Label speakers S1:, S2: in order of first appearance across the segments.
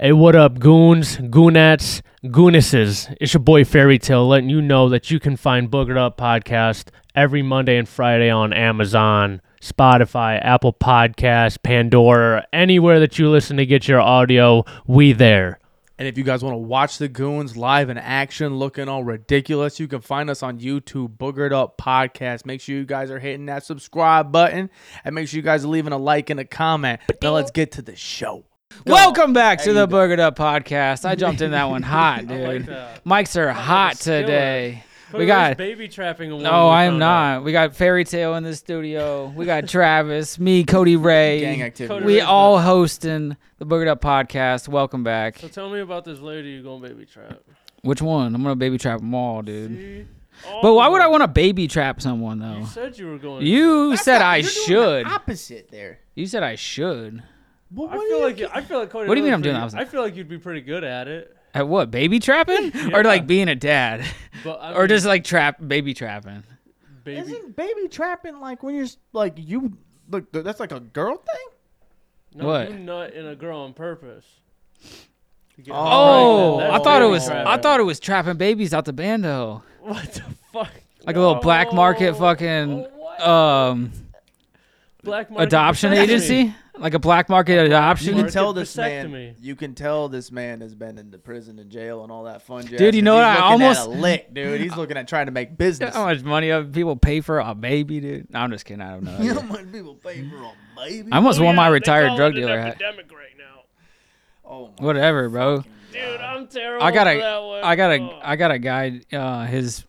S1: Hey, what up, goons, goonettes, goonesses? It's your boy Fairy Tale letting you know that you can find Boogered Up Podcast every Monday and Friday on Amazon, Spotify, Apple Podcasts, Pandora, anywhere that you listen to get your audio. We there.
S2: And if you guys want to watch the goons live in action, looking all ridiculous, you can find us on YouTube, Boogered Up Podcast. Make sure you guys are hitting that subscribe button, and make sure you guys are leaving a like and a comment. Now let's get to the show.
S3: Welcome back to the Burgered Up Podcast. I jumped in that one hot, dude. Mics are hot today. We got.
S1: baby trapping.
S3: No, I
S1: Oh,
S3: am not. We got Fairy Tale in the studio. We got Travis, me, Cody
S2: Gang
S3: Ray.
S2: activity.
S3: We all hosting the Burgered Up Podcast. Welcome back.
S4: So tell me about this lady you gonna baby trap.
S3: Which one? I'm gonna baby trap them all, dude.
S4: All
S3: But why
S4: of
S3: would I
S4: them.
S3: want to baby trap someone though?
S4: You said you were going.
S3: You said I should.
S2: opposite there.
S3: You said I should.
S2: Well,
S4: I feel like you- I feel like Cody.
S3: What do you
S4: really
S3: mean I'm doing
S4: pretty-
S3: the opposite?
S4: I feel like you'd be pretty good at it.
S3: At what? Baby trapping or like being a dad,
S4: But I
S3: or
S4: mean,
S3: just like trap baby trapping?
S4: baby.
S2: Isn't baby trapping like when you're s- like you like th- that's like a girl thing?
S4: No,
S3: What?
S4: You nut in a girl on purpose. You get
S2: Oh,
S3: Oh,
S4: pregnant.
S3: I
S4: That's
S3: thought it
S4: baby
S3: was I
S4: trapping.
S3: thought it was trapping babies out the bando,
S4: What the fuck?
S3: like a little black
S4: Oh.
S3: market fucking um
S4: Black market Oh,
S3: adoption
S4: vasectomy.
S3: agency, like a black market
S2: You
S3: adoption.
S2: can
S4: Market
S2: tell this man.
S4: vasectomy.
S2: You can tell this man has been into prison and jail and all that fun jazz.
S3: Dude, you
S2: 'cause
S3: know
S2: he's
S3: what? I
S2: looking at
S3: almost-
S2: a lick, dude. He's looking at trying to make
S3: You know
S2: business.
S3: How much money other people pay for a baby, dude? No, I'm just kidding. I don't know.
S2: You know how much people pay for a baby?
S3: I almost
S4: Oh,
S3: won
S4: yeah,
S3: my
S4: they
S3: retired
S4: call
S3: drug
S4: it an
S3: dealer hat.
S4: epidemic right now.
S2: oh my
S3: Whatever, bro.
S4: Dude, I'm terrible.
S3: I got
S4: for that
S3: a
S4: one.
S3: I got
S4: Oh.
S3: a I got a guy. Uh, his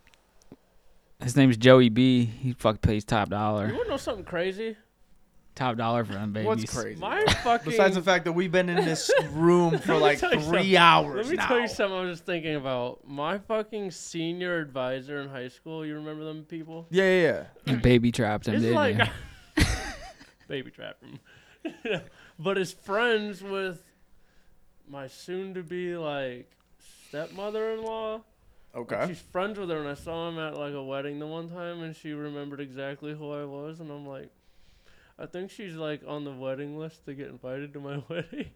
S3: his name's Joey B. He fuck pays top
S4: You
S3: dollar.
S4: wanna know something crazy?
S3: Top dollar for them babies.
S2: What's crazy?
S4: My fucking.
S2: Besides the fact that we've been in this room for
S4: me
S2: like
S4: tell you
S2: three
S4: something.
S2: hours
S4: Let me
S2: now.
S4: tell you something I was just thinking about. My fucking senior advisor in high school, you remember them people?
S2: Yeah, yeah, yeah.
S3: You baby trapped him,
S4: It's
S3: didn't
S4: like
S3: you?
S4: baby trap room. but is friends with my soon to be like stepmother in law.
S2: Okay.
S4: She's friends with her and I saw him at like a wedding the one time and she remembered exactly who I was and I'm like I think she's like on the wedding list to get invited to my wedding.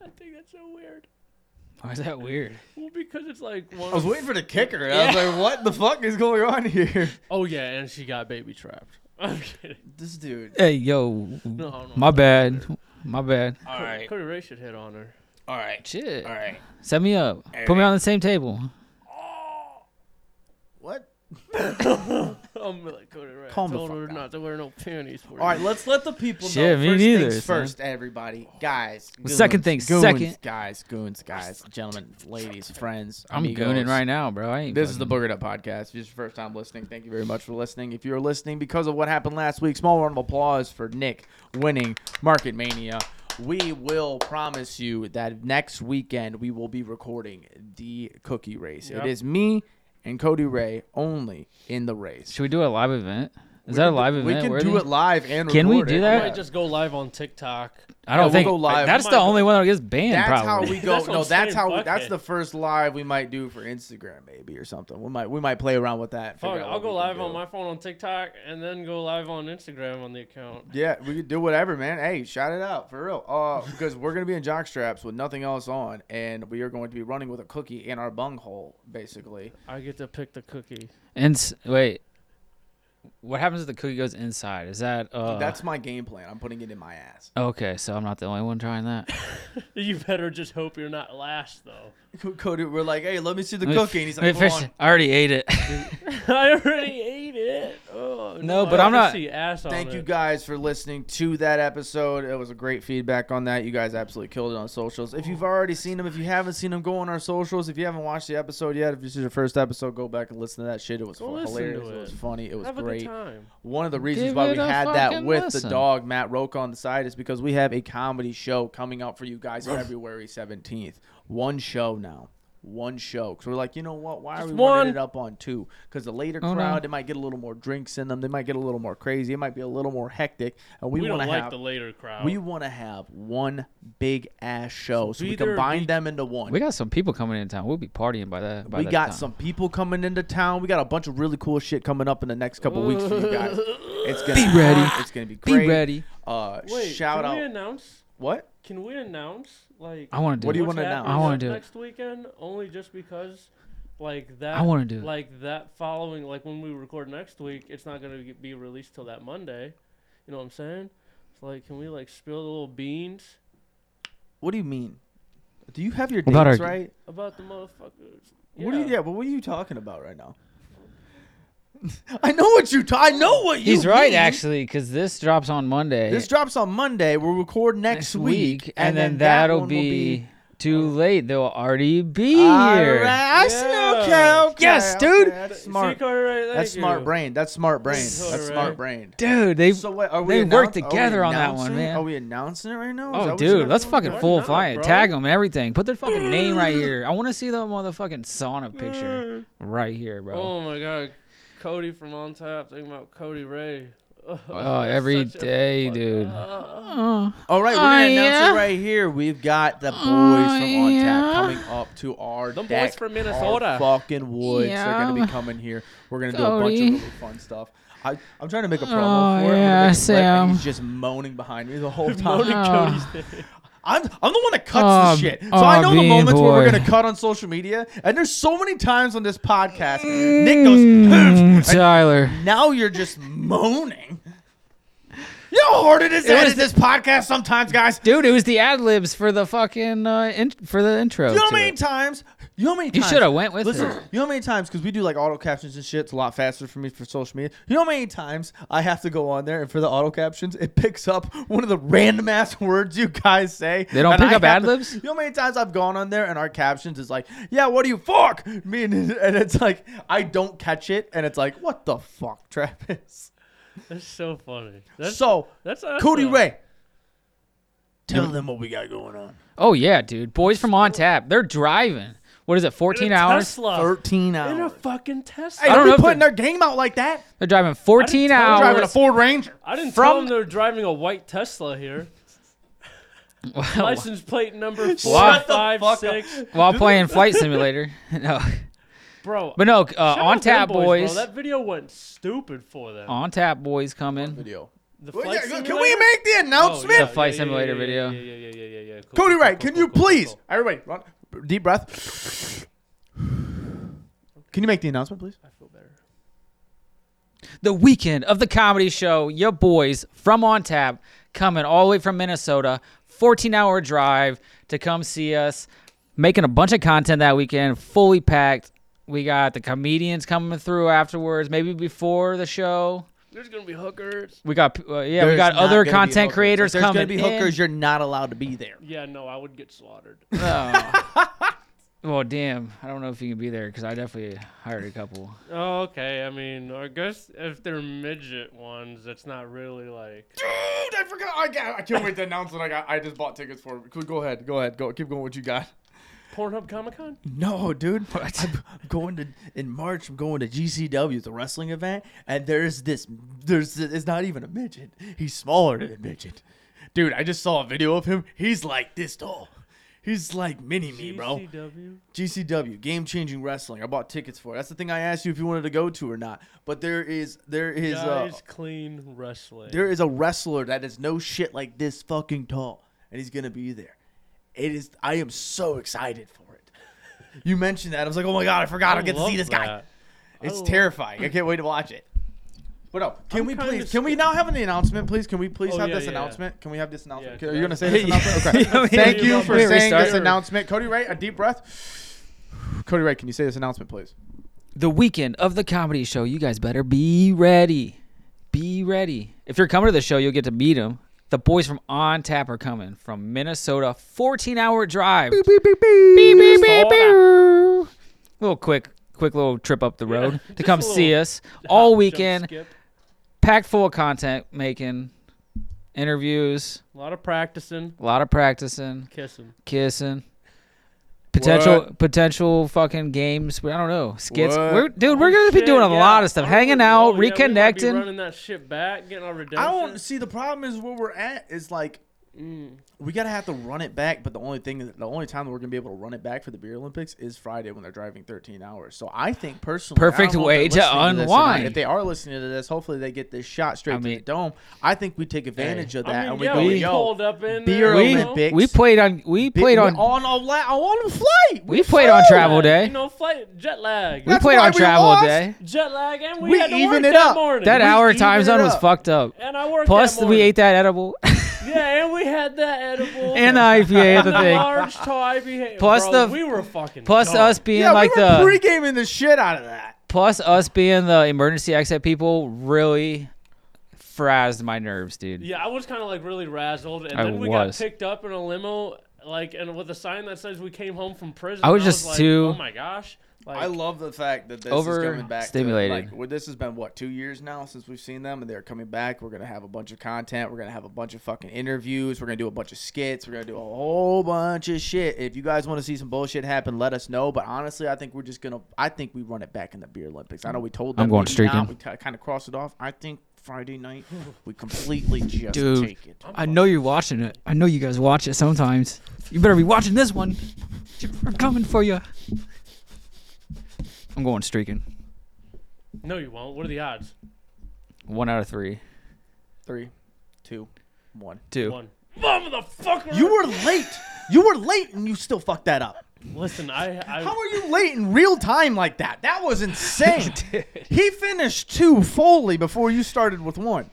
S4: I think that's so weird.
S3: Why is that weird?
S4: Well, because it's like one.
S2: I was waiting for the kicker. I was like, what the fuck is going on here?
S4: oh yeah, and she got baby trapped. I'm kidding.
S2: This dude.
S3: Hey, yo,
S4: No, no.
S3: my bad, my bad.
S2: All
S4: Cody, Cody Ray should hit on her.
S2: All right.
S3: Shit,
S2: right.
S3: set me up. Put me on the same table.
S2: What?
S4: I'm like Cody Ray.
S2: Calm
S4: I
S2: the
S4: told
S2: fuck
S4: her
S2: down.
S4: not to wear no panties for
S2: All right,
S4: you.
S2: let's let the people
S3: Shit,
S2: know.
S3: me
S2: first
S3: neither,
S2: things
S3: son.
S2: first, everybody. Guys. Goons,
S3: Second thing,
S2: goons,
S3: second.
S2: Guys, goons, guys, gentlemen, ladies, friends.
S3: I'm
S2: amigos.
S3: gooning right now, bro. I ain't.
S2: This is the
S3: fucking-
S2: Boogered Up Podcast. If it's your first time listening, thank you very much for listening. If you're listening because of what happened last week, small round of applause for Nick winning Market Mania. We will promise you that next weekend we will be recording the cookie race.
S4: Yep.
S2: It is me and Cody Ray only in the race.
S3: Should we do a live event? Is that a live
S2: We
S3: event?
S2: can
S3: worthy?
S2: do it live and
S3: Can we
S2: record
S3: do
S2: it.
S3: that?
S4: I might just go live on TikTok.
S3: I don't
S2: Yeah, we'll
S3: think
S2: go live.
S3: that's the
S4: Michael.
S3: only one that gets banned.
S2: That's
S3: probably.
S2: how we go.
S4: That's what
S2: no,
S4: I'm
S2: that's
S4: saying,
S2: how.
S4: fuck
S2: that's
S4: it.
S2: the first live we might do for Instagram, maybe or something. We might. We might play around with that. and figure
S4: Fuck,
S2: out
S4: I'll
S2: what
S4: go
S2: we can
S4: live on
S2: do.
S4: my phone on TikTok and then go live on Instagram on the account.
S2: Yeah, we could do whatever, man. Hey, shout it out for real. Uh, because we're gonna be in jock straps with nothing else on, and we are going to be running with a cookie in our bunghole, basically.
S4: I get to pick the cookie.
S3: Ins- wait, what happens if the cookie goes inside? Is that uh?
S2: That's my game plan. I'm putting it in my ass.
S3: okay. So I'm not the only one trying that.
S4: You better just hope you're not last though.
S2: Cody, we're like, hey, let me see the
S3: Let me-
S2: cookie, and he's
S3: let me
S2: like,
S3: finish
S2: "Come on."
S3: it. I already ate it.
S4: I already ate it. Oh,
S3: No,
S4: I
S3: but I'm
S4: already
S3: not-
S4: See ass on
S2: Thank you
S4: it.
S2: guys for listening to that episode. It was a great feedback on that. You guys absolutely killed it on socials. If you've already seen them, if you haven't seen them, go on our socials. If you haven't watched the episode yet, if this is your first episode, go back and listen to that shit. It was
S4: Go
S2: fu-
S4: listen to
S2: hilarious. It.
S4: it.
S2: was funny. It was
S4: Have a
S2: great.
S4: good time.
S2: One of the reasons
S3: Give
S2: why
S3: it
S2: we
S3: a
S2: had that
S3: fucking
S2: with the
S3: listen.
S2: dog Matt Roca on the side is because we have a comedy show coming out for you guys February 17th. One show now. One show. Because we're like, you know what? Why are
S4: Just
S2: we running
S4: one.
S2: it up on two? Because the later
S3: Oh, no.
S2: crowd, it might get a little more drinks in them. They might get a little more crazy. It might be a little more hectic. And we,
S4: We, don't
S2: want to
S4: like
S2: have.
S4: the later crowd.
S2: we want to have one big ass show, so,
S4: be
S2: we
S4: there or
S2: combine
S4: be-
S2: them into one.
S3: we got some people coming in town. We'll be partying by that. By
S2: We
S3: that
S2: got
S3: time.
S2: some people coming into town. We got a bunch of really cool shit coming up in the next couple weeks for you guys. It's gonna be
S3: ready.
S2: It's gonna be
S3: Be
S2: great.
S3: ready.
S2: Uh,
S4: Wait,
S2: shout
S4: can
S2: out.
S4: we announce?
S2: What?
S4: Can we announce like
S3: I want to do.
S2: What do you
S3: it.
S2: wanna
S4: happening
S2: announce?
S3: I wanna do it.
S4: next weekend only just because like that.
S3: I wanna do it.
S4: like that following like when we record next week, it's not gonna get- be released till that Monday. You know what I'm saying? It's like can we like spill the little beans
S2: What do you mean? Do you have your dates
S3: About our-
S2: right?
S4: about the motherfuckers?
S2: What are you? Yeah, but what are you talking about right now? I know what you. Ta- I know what you.
S3: He's right
S2: mean.
S3: actually, because this drops on Monday.
S2: This drops on Monday. We'll record next,
S3: next week, and, then, that'll
S2: one will
S3: be, too late. They'll already be
S2: All
S3: here.
S2: right, I see,
S4: Yeah.
S2: okay, okay,
S3: Yes,
S2: okay,
S3: dude.
S2: That's
S4: See,
S2: smart.
S4: Cartwright, thank
S2: That's smart
S4: you.
S2: brain. That's smart brain.
S4: This is
S2: That's
S4: so
S2: smart
S4: right.
S2: brain.
S3: Dude, they
S2: So what, are we
S3: they
S2: announce-
S3: worked
S2: are we
S3: together on that one,
S2: announcing it?
S3: man.
S2: Are we announcing it right now? Is that
S3: Oh,
S2: what you guys
S3: dude, let's
S2: doing?
S3: fucking
S4: Why
S3: full
S4: not,
S3: fly it.
S4: bro?
S3: Tag them and everything. Put their fucking name right here. I want to see the motherfucking sauna picture right here, bro.
S4: Oh my god, Cody from On Tap. Thinking about Cody Ray.
S3: Oh, every
S4: Such a
S3: day,
S4: fuck-
S3: dude.
S4: Uh,
S3: Oh,
S2: All right, we're
S3: Oh,
S2: gonna announce
S3: yeah.
S2: it right here. We've got the boys
S3: Oh,
S2: from On Tap
S3: yeah.
S2: coming up to our
S4: Them boys
S2: deck,
S4: from Minnesota.
S2: our fucking woods. They're gonna
S3: Yeah.
S2: be coming here. We're gonna do a bunch of
S3: Cody.
S2: really fun stuff. I, I'm trying to make a promo
S3: Oh,
S2: for it. I'm gonna
S3: yeah,
S2: make a clip,
S3: Sam.
S2: and he's just moaning behind me the whole time.
S3: oh.
S2: I'm, I'm the one that cuts
S3: Aw,
S2: the shit. So
S3: aw,
S2: I know the
S3: bean
S2: moments where we're
S3: boy.
S2: gonna cut on social media, and there's so many times on this podcast, Nick goes, "Hmm,"
S3: Mm, Tyler.
S2: and now you're just moaning. You know how hard it is to
S3: It was-
S2: edit this podcast sometimes, guys.
S3: Dude, it was the ad libs for the fucking uh, in- for the intro.
S2: You know how
S3: to
S2: many
S3: it.
S2: times? You know how many
S3: You
S2: times?
S3: shoulda went with
S2: Listen,
S3: it.
S2: you know how many times? Because we do like auto captions and shit. It's a lot faster for me for social media. You know how many times I have to go on there and for the auto captions, it picks up one of the random ass words you guys say.
S3: They don't
S2: and
S3: pick
S2: I
S3: up
S2: have to-
S3: ad-libs?
S2: You know how many times I've gone on there and our captions is like, "Yeah, what do you fuck?" Me and, and it's like I don't catch it, and it's like, "What the fuck, Travis?"
S4: that's so funny. That's
S2: so,
S4: that's awesome.
S2: Cody Ray, tell them what we got going on.
S3: Oh yeah, dude. Boys from On Tap. They're driving. What is it? 14
S4: In a
S3: hours.
S4: Tesla.
S2: Thirteen
S4: In
S2: hours.
S4: a fucking Tesla.
S2: Hey,
S3: I
S2: don't,
S3: don't know if
S2: be putting
S3: they're-
S2: their game out like that.
S3: They're driving 14
S4: tell
S3: hours.
S4: you.
S2: Driving a Ford Ranger.
S4: I didn't
S3: From-
S4: tell them they were driving a white Tesla here. License plate number four
S3: Shut
S2: the
S4: five
S2: fuck
S4: six.
S3: while playing Flight Simulator. No,
S4: Bro,
S3: but no. Uh,
S4: shout out
S3: on
S4: them
S3: Tap boys.
S4: Bro. That video went stupid for them.
S3: on Tap boys coming.
S2: Video.
S4: the
S2: Well,
S4: flight
S2: yeah, can we
S4: simulator?
S2: make the
S4: Oh,
S2: announcement?
S4: yeah,
S3: The flight
S4: yeah, yeah,
S3: simulator
S4: yeah,
S3: video.
S4: Yeah, yeah, yeah, yeah, yeah. yeah. Cool,
S2: Cody
S4: cool,
S2: Wright,
S4: cool,
S2: can
S4: cool,
S2: you
S4: cool, cool,
S2: please?
S4: cool.
S2: Everybody, run. deep breath. Can you make the announcement, please?
S4: I feel better.
S3: The weekend of the comedy show. Your boys from On Tap coming all the way from Minnesota. 14 hour drive to come see us. Making a bunch of content that weekend. Fully packed. We got the comedians coming through afterwards. Maybe before the show.
S4: There's gonna be hookers.
S3: We got uh, yeah. we got other content creators
S2: there's
S3: coming.
S2: gonna be
S3: in.
S2: hookers. You're not allowed to be there.
S4: Yeah, no, I would get slaughtered.
S3: Well, damn. I don't know if you can be there because I definitely hired a couple.
S4: Oh, okay. I mean, I guess if they're midget ones, it's not really like.
S2: Dude, I forgot. I, got, I can't wait to announce what I got. I just bought tickets for. it. Go ahead. Go ahead. Go. Keep going. What you got?
S4: Pornhub Comic Con?
S2: No, dude. I'm going to in March. I'm going to GCW, the wrestling event, and there's this. There's this, it's not even a midget. He's smaller than a midget. Dude, I just saw a video of him. He's like this tall. He's like mini me,
S4: E
S2: bro.
S4: GCW?
S2: GCW, game changing wrestling. I bought tickets for. it. That's the thing I asked you if you wanted to go to or not. But there is there is uh,
S4: Guys Clean Wrestling.
S2: there is a wrestler that is no shit like this fucking tall, and he's gonna be there. It is. I am so excited for it. You mentioned that. I was like, oh my god, I forgot. I will get to see
S4: love
S2: this guy.
S4: that.
S2: It's
S4: love-
S2: terrifying. I can't wait to watch it. But no, can
S4: I'm
S2: we
S4: kinda
S2: please? Can we
S4: scared.
S2: now have an announcement, please? Can we please
S4: Oh,
S2: have
S4: yeah,
S2: this
S4: yeah, yeah.
S2: announcement? Can we have this announcement?
S4: Yeah,
S2: Are you gonna say
S4: yeah.
S2: this announcement? Okay. Thank you for
S4: Wait,
S2: saying
S4: restart.
S2: this announcement, Cody Wright. A deep breath. Cody Wright, can you say this announcement, please?
S3: The weekend of the comedy show. You guys better be ready. Be ready. If you're coming to the show, you'll get to meet them. The boys from On Tap are coming from Minnesota. 14 hour drive. Little quick, quick little trip up the road to
S4: just
S3: come
S4: a
S3: see
S4: little
S3: us all
S4: Hop,
S3: weekend.
S4: jump, skip.
S3: Packed full of content making, interviews,
S4: A lot of practicing.
S3: a lot of practicing.
S4: Kissing.
S3: kissing. Potential,
S2: What?
S3: potential fucking games. I don't know skits.
S2: What?
S3: We're, dude, we're gonna be
S4: Shit,
S3: doing a
S4: yeah.
S3: lot of stuff,
S4: I
S3: hanging
S4: would-
S3: out,
S4: oh, yeah, we might be
S3: reconnecting.
S4: running that shit back, getting our redemption.
S2: I don't see the problem is where we're at is like
S4: Mm.
S2: We gotta have to run it back, but the only thing, the only time that we're gonna be able to run it back for the beer Olympics is Friday when they're driving 13 hours. So I think personally, I don't
S3: Perfect
S2: know if
S3: way
S2: they're
S3: to
S2: listening this or not.
S3: unwind.
S2: If they are listening to this, hopefully they get this shot straight
S3: I
S2: to
S3: mean-
S2: the dome. I think we take advantage of that
S4: I mean,
S2: and we
S4: yeah,
S2: go,
S4: we
S2: yo,
S4: pulled up in
S2: beer
S4: there, you know?
S2: Olympics.
S3: We played on. We
S2: Bi-
S3: played
S2: we're
S3: on.
S2: on a la- on a flight.
S3: We played on travel
S4: Jet lag,
S3: day.
S4: You know, flight jet lag.
S3: We
S2: That's
S3: played
S2: why
S3: on
S2: we
S3: travel
S2: lost.
S3: day.
S4: jet lag, and we,
S2: We
S4: had to
S2: even
S4: work
S2: it
S4: that
S2: up.
S4: morning.
S3: That
S2: We
S3: hour
S2: evened
S3: time
S2: it
S3: zone was
S2: up.
S3: fucked up.
S4: and I worked.
S3: Plus,
S4: that
S3: we
S4: morning.
S3: ate that edible
S4: Yeah, and we had that edible
S3: and the IPA at the
S4: and the
S3: thing.
S4: large tall IPA.
S3: Plus
S4: Bro,
S3: the-
S4: we were fucking.
S3: Plus uh,
S4: gone.
S3: us being
S2: yeah,
S3: like
S2: we were
S3: the
S2: pre-gaming the shit out of that.
S3: plus us being the emergency exit people really frazzed my nerves, dude.
S4: Yeah, I was kind of like really razzled, and
S3: I
S4: then we
S3: was.
S4: got picked up in a limo, like, and with a sign that says we came home from prison.
S3: I was
S4: and
S3: just
S4: like,
S3: too-
S4: Oh my gosh! Like,
S2: I love the fact that this is coming back.
S3: overstimulated.
S2: To, like, well, this has been what two years now since we've seen them, and they're coming back. We're gonna have a bunch of content. We're gonna have a bunch of fucking interviews. We're gonna do a bunch of skits. We're gonna do a whole bunch of shit. If you guys want to see some bullshit happen, let us know. But honestly, I think we're just gonna. I think we run it back in the beer Olympics. I know we told. Them
S3: I'm going
S2: we did
S3: streaking.
S2: not. We kind of crossed it off. I think Friday night we completely just
S3: Dude.
S2: take it.
S3: I know you're watching it. I know you guys watch it sometimes. You better be watching this one. I'm coming for you. I'm going streaking.
S4: no, you won't. What are the odds?
S3: One out of three.
S2: Three, two, one.
S3: Two.
S4: One. Motherfucker!
S2: You were late. You were late, and you still fucked that up.
S4: listen. I, I
S2: How are you late in real time like that? That was insane. he finished two fully before you started with one.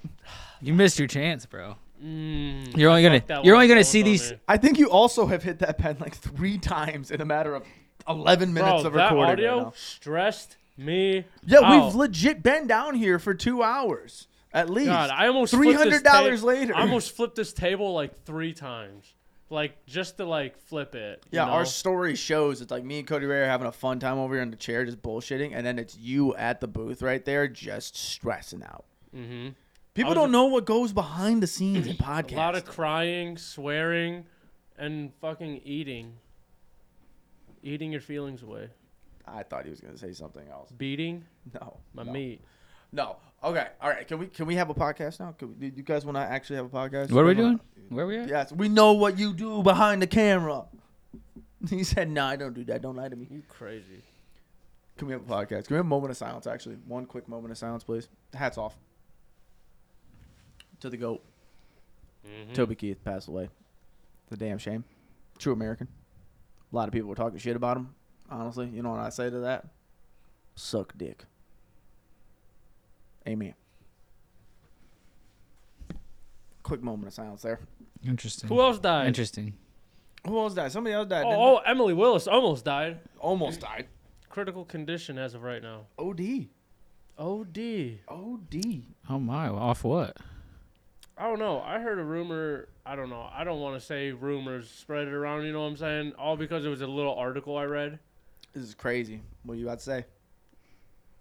S3: You missed your chance, bro.
S4: Mm,
S3: You're only
S4: I
S3: gonna-
S4: fucked that
S3: you're
S4: one
S3: only
S4: up.
S3: gonna
S4: That
S3: see
S4: was on
S3: these-
S4: there.
S2: I think you also have hit that pen like three times in a matter of 11 minutes
S4: Bro,
S2: of
S4: that
S2: recording. right
S4: audio
S2: now.
S4: stressed me.
S2: yeah,
S4: out.
S2: we've legit been down here for two hours at least.
S4: God, I almost flipped this
S2: $300
S4: ta-
S2: later.
S4: I almost flipped this table like three times, like just to like flip it. you
S2: yeah,
S4: know?
S2: our story shows it's like me and Cody Ray are having a fun time over here in the chair just bullshitting, and then it's you at the booth right there just stressing out.
S4: Mhm.
S2: People
S4: was-
S2: don't know what goes behind the scenes in podcasts.
S4: A lot of crying, swearing, and fucking eating. Eating your feelings away.
S2: I thought he was going to say something else.
S4: Beating
S2: No.
S4: my
S2: no.
S4: meat.
S2: No. Okay. All right. Can we can we have a podcast now? Can we, do you guys want to actually have a podcast?
S3: What are we doing? Where are we at?
S2: Yes. We know what you do behind the camera. He said, "No, I don't do that. Don't lie to me."
S4: You crazy.
S2: Can we have a podcast? Can we have a moment of silence? Actually, one quick moment of silence, please. Hats off to the goat.
S4: Mm-hmm.
S2: Toby Keith passed away. The damn shame. True American. A lot of people were talking shit about him. Honestly, you know what I say to that? Suck dick. Amen. Quick moment of silence there. Mm.
S3: Interesting.
S4: Who else died?
S3: Interesting.
S2: Who else died? Somebody else died.
S4: Oh, oh, Emily Willis almost died.
S2: almost died.
S4: Critical condition as of right now.
S2: OD.
S4: OD.
S2: OD.
S3: Oh my! Off what?
S4: I don't know. I heard a rumor. I don't know. I don't want to say rumors spread it around. You know what I'm saying? All because it was a little article I read.
S2: This is crazy. What you about to say?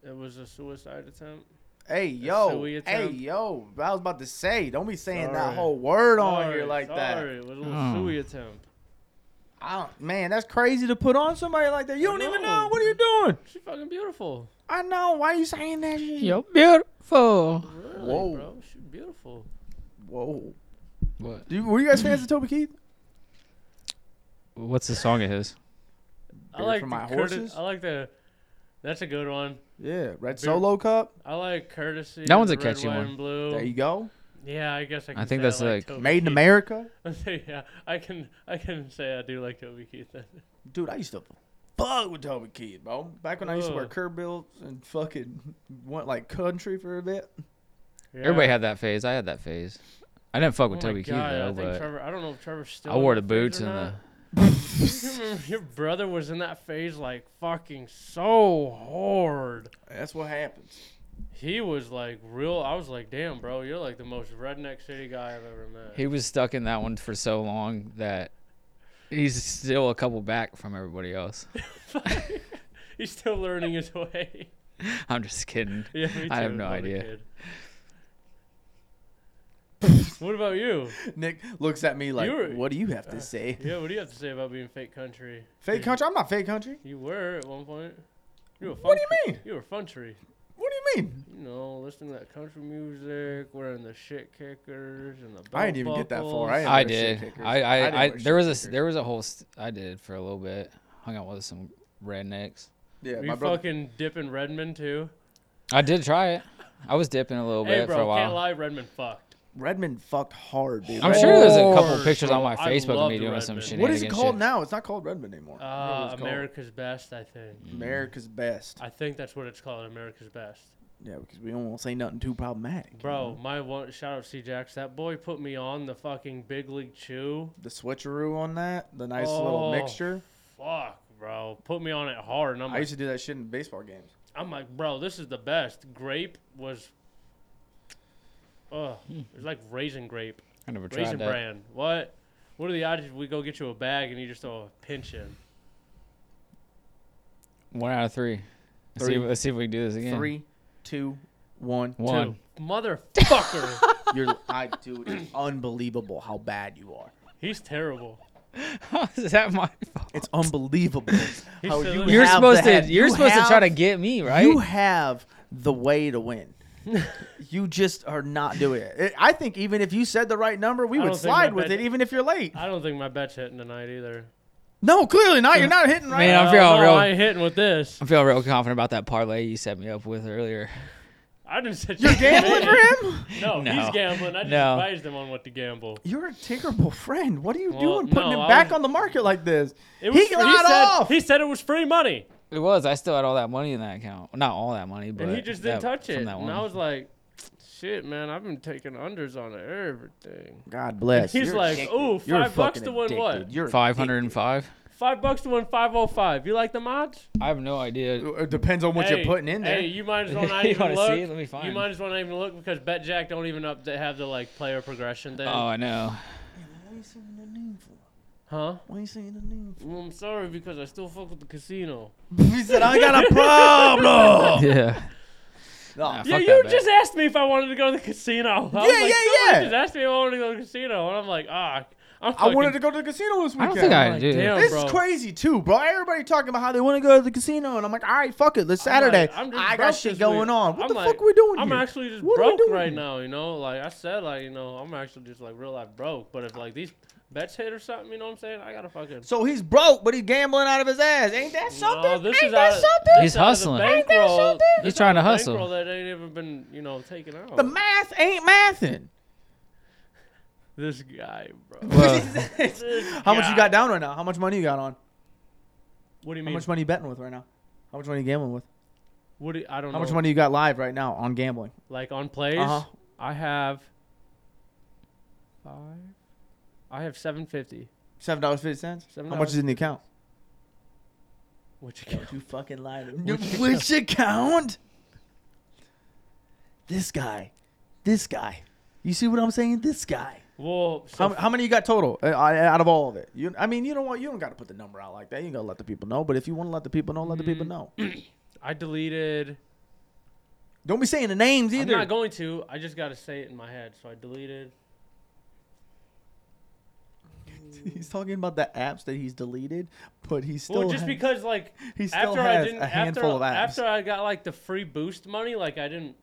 S4: It was a suicide attempt.
S2: Hey yo,
S4: silly
S2: hey
S4: attempt.
S2: yo! I was about to say, don't be saying that
S4: Sorry.
S2: whole word on
S4: Sorry,
S2: here like that. Hmm.
S4: sorry, It was a little
S3: Oh.
S4: suey attempt.
S2: I don't, man, that's crazy to put on somebody like that. You don't even
S4: know.
S2: know what are you doing.
S4: She's fucking beautiful.
S2: I know. Why you saying that shit?
S3: You're beautiful.
S4: Really,
S2: Whoa.
S4: bro. She's beautiful.
S2: Whoa.
S3: What?
S2: Do you, were you guys fans of Toby Keith?
S3: What's the song of his?
S4: I
S2: Beer
S4: like
S2: for
S4: the
S2: my
S4: Curtis-
S2: horses?
S4: I like the. That's a good one.
S2: Yeah. Red
S4: Beer-
S2: Solo Cup.
S4: I like courtesy.
S3: That one's
S4: of
S3: a
S4: Red,
S3: catchy
S4: White,
S3: one.
S4: and Blue.
S2: There you go.
S4: Yeah, I guess I. Can
S3: think
S4: say
S3: that's
S4: I
S3: like-
S4: like, Toby
S2: Made in
S4: Keith.
S2: America.
S4: yeah, I can. I can say I do like Toby Keith. Then.
S2: Dude, I used to fuck with Toby Keith, bro. Back when I used to wear
S4: Ugh.
S2: curb belts and fucking went like country for a bit.
S4: Yeah.
S3: Everybody had that phase. I had that phase. I didn't fuck
S4: Oh
S3: with
S4: my
S3: Toby Keith
S4: God, I
S3: though,
S4: think
S3: but
S4: Trevor. I don't know if Trevor's still.
S3: I wore the
S4: in that
S3: boots
S4: phase or
S3: and the.
S4: not. You remember Your brother was in that phase like fucking so hard.
S2: That's what happens.
S4: He was like real. I was like, damn, bro, you're like the most redneck city guy I've ever met.
S3: He was stuck in that one for so long that he's still a couple back from everybody else.
S4: He's still learning his way.
S3: I'm just kidding.
S4: yeah, me too.
S3: I have no
S4: love a
S3: idea.
S4: kid. what about you?
S2: Nick looks at me like,
S4: You were-
S2: "What do you have to say?"
S4: Yeah, what do you have to say about being fake country?
S2: Fake country? I'm not fake country.
S4: You were at one point. You were
S2: What do you
S4: fun-
S2: mean?
S4: You were fun tree.
S2: What you mean?
S4: You know, listening to that country music, wearing the shit kickers and the belt
S2: I didn't even get that far.
S4: buckles.
S2: didn't
S3: I
S2: wear shit
S3: did.
S2: kickers.
S3: I, I,
S2: didn't
S3: I,
S2: wear
S3: there
S2: shit
S3: was a
S2: kickers.
S3: there was a whole. St- I did for a little bit. Hung out with some rednecks.
S2: Yeah,
S4: Were
S2: my
S4: you
S2: brother.
S4: fucking dipping Redmond too?
S3: I did try it. I was dipping a little
S4: Hey,
S3: bit for a
S4: bro, can't
S3: while.
S4: lie, Redmond fucked.
S2: Redmond fucked hard, dude.
S3: I'm
S2: Redmond-
S3: sure there's a couple
S4: Lord,
S3: pictures on my
S4: bro, I
S3: Facebook of me
S4: loved
S3: doing some
S4: Redmond.
S3: shit.
S2: Oh, What is it called now? It's not called Redmond anymore. What
S4: Uh,
S2: was it called?
S4: America's Best, I think.
S3: Hmm.
S2: America's best.
S4: I think that's what it's called, America's Best.
S2: Yeah, because we don't want to say nothing too problematic.
S4: Bro, my one shout out C Jax. That boy put me on the fucking big league chew.
S2: The switcheroo on that, the nice little
S4: Oh.
S2: mixture.
S4: Fuck, bro, put me on it hard, and I'm
S2: I
S4: like,
S2: used to do that shit in baseball games.
S4: I'm like, bro, this is the best. Grape was, oh, it's like raisin grape,
S3: I never tried
S4: raisin
S3: that.
S4: bran. What? What are the odds if we go get you a bag and you just throw a pinch in?
S3: One out of three. Let's see,
S2: Three.
S3: let's see if we can do this again.
S2: Three, two, one.
S3: One.
S4: Two. motherfucker,
S2: You're, I, dude, it's unbelievable how bad you are.
S4: he's terrible.
S3: is that my fault?
S2: It's unbelievable how
S4: said
S2: you. have
S4: that-
S3: You're
S2: the
S3: supposed to.
S2: head-
S3: You're
S2: you
S3: supposed to try to
S2: have-
S3: get me right.
S2: You have the way to win. you just are not doing it. It- I think even if you said the right number, we
S4: I
S2: would
S4: don't think
S2: slide
S4: my
S2: with
S4: bet-
S2: it, even if you're late.
S4: I don't think my bet's hitting tonight either.
S2: No, clearly not. You're not hitting right.
S3: Man, I'm
S4: Hell
S3: feeling
S4: no,
S3: real-
S4: I ain't hitting with this.
S3: I'm feeling real confident about that parlay you set me up with earlier.
S4: I didn't set
S2: You're
S4: you-
S2: gambling for him.
S4: No,
S3: No.
S4: he's gambling. I just
S3: No.
S4: advised him on what to gamble.
S2: You're a terrible friend. What are you
S4: Well,
S2: doing, putting
S4: no,
S2: him
S4: I
S2: back
S4: was-
S2: on the market like this?
S4: It
S2: He
S4: was,
S2: got
S4: said,
S2: off!
S4: He said it was free money,
S3: It was. I still had all that money in that account. Not all that money, but
S4: and he just didn't
S3: that-
S4: touch
S3: from
S4: it. And
S3: that one.
S4: I was like, "Shit, man, I've been taking unders on everything."
S2: God bless.
S4: He's
S2: You're
S4: like,
S2: addicted.
S4: "Ooh,
S2: You're
S4: five bucks
S2: fucking
S4: to win what?
S2: addicted. You're
S3: five hundred and five.
S4: Five bucks to win five oh five. You like the odds?
S3: I have no idea.
S2: It depends on what
S4: hey,
S2: you're putting in there.
S4: Hey, you might as well not
S3: You
S4: even
S3: wanna
S4: look.
S3: see it? Let me
S4: You
S3: find.
S4: might as well not even look because BetJack don't even up have the like player progression thing.
S3: Oh, I know.
S2: Why you saying the name for?
S4: huh?
S2: Why you saying the name for?
S4: Well, I'm sorry because I still fuck with the casino.
S2: He said, I got a problem.
S3: Yeah.
S2: No.
S3: Fuck
S4: yeah, you
S3: that bet.
S4: just asked me if I wanted to go to the casino. I was
S2: Yeah,
S4: like,
S2: yeah,
S4: somebody
S2: yeah.
S4: Just asked me if I wanted to go to the casino, and I'm like, ah, I'm
S2: I
S4: fucking
S2: wanted to go to the casino this
S3: I
S2: weekend.
S3: don't think I
S4: Like,
S3: do.
S4: damn.
S2: This
S4: bro.
S2: is crazy too, bro. Everybody talking about how they want to go to the casino, and I'm like, all right, fuck it. Let's
S4: I'm like,
S2: Saturday.
S4: I'm just
S2: I
S4: broke
S2: got shit
S4: this
S2: going
S4: week.
S2: on. What
S4: I'm
S2: the
S4: like,
S2: fuck we doing
S4: I'm
S2: here?
S4: actually just
S2: What are we
S4: broke
S2: doing
S4: right
S2: here?
S4: now, you know. Like I said, like you know, I'm actually just like real life broke. But if like these bets hit or something, you know what I'm saying? I gotta fucking.
S2: So he's broke, but he's gambling out of his ass. Ain't that something?
S4: No, this
S2: Ain't
S4: is
S2: that
S4: out of-
S2: something?
S3: He's
S4: out of the
S3: hustling. Ain't
S4: bankroll-
S2: that something?
S4: this
S3: He's
S4: out of
S3: trying to
S4: the
S3: hustle.
S4: bankroll That ain't ever been, you know, taken out.
S2: The math ain't mathing.
S4: this guy, bro.
S3: Well,
S4: This
S2: How much
S4: guy.
S2: you got down right now? How much money you got on?
S4: What do you
S2: How
S4: mean?
S2: much money you betting with right now? How much money you gambling with?
S4: what do you, I don't
S2: How
S4: know.
S2: much money you got live right now on gambling?
S4: Like on plays,
S2: Uh-huh.
S4: I have five. I have seven fifty.
S2: Seven dollars fifty cents. How
S4: Seven
S2: much
S4: dollars.
S2: is in the account?
S4: Which account?
S2: You fucking lied to me. Which account? This guy. This guy. You see what I'm saying? This guy.
S4: Well, so
S2: How, how many you got total uh, uh, out of all of it? You, I mean, you know what? You don't got to put the number out like that. You got to let the people know. But if you want to let the people know, let the people know.
S4: I deleted.
S2: Don't be saying the names either.
S4: I'm not going to. I just got to say it in my head, so I deleted.
S2: he's talking about the apps that he's deleted, but he's still.
S4: well, just
S2: ha-
S4: because like
S2: he still
S4: after I
S2: has
S4: didn't
S2: a handful
S4: after,
S2: of apps.
S4: after I got like the free boost money, like I didn't.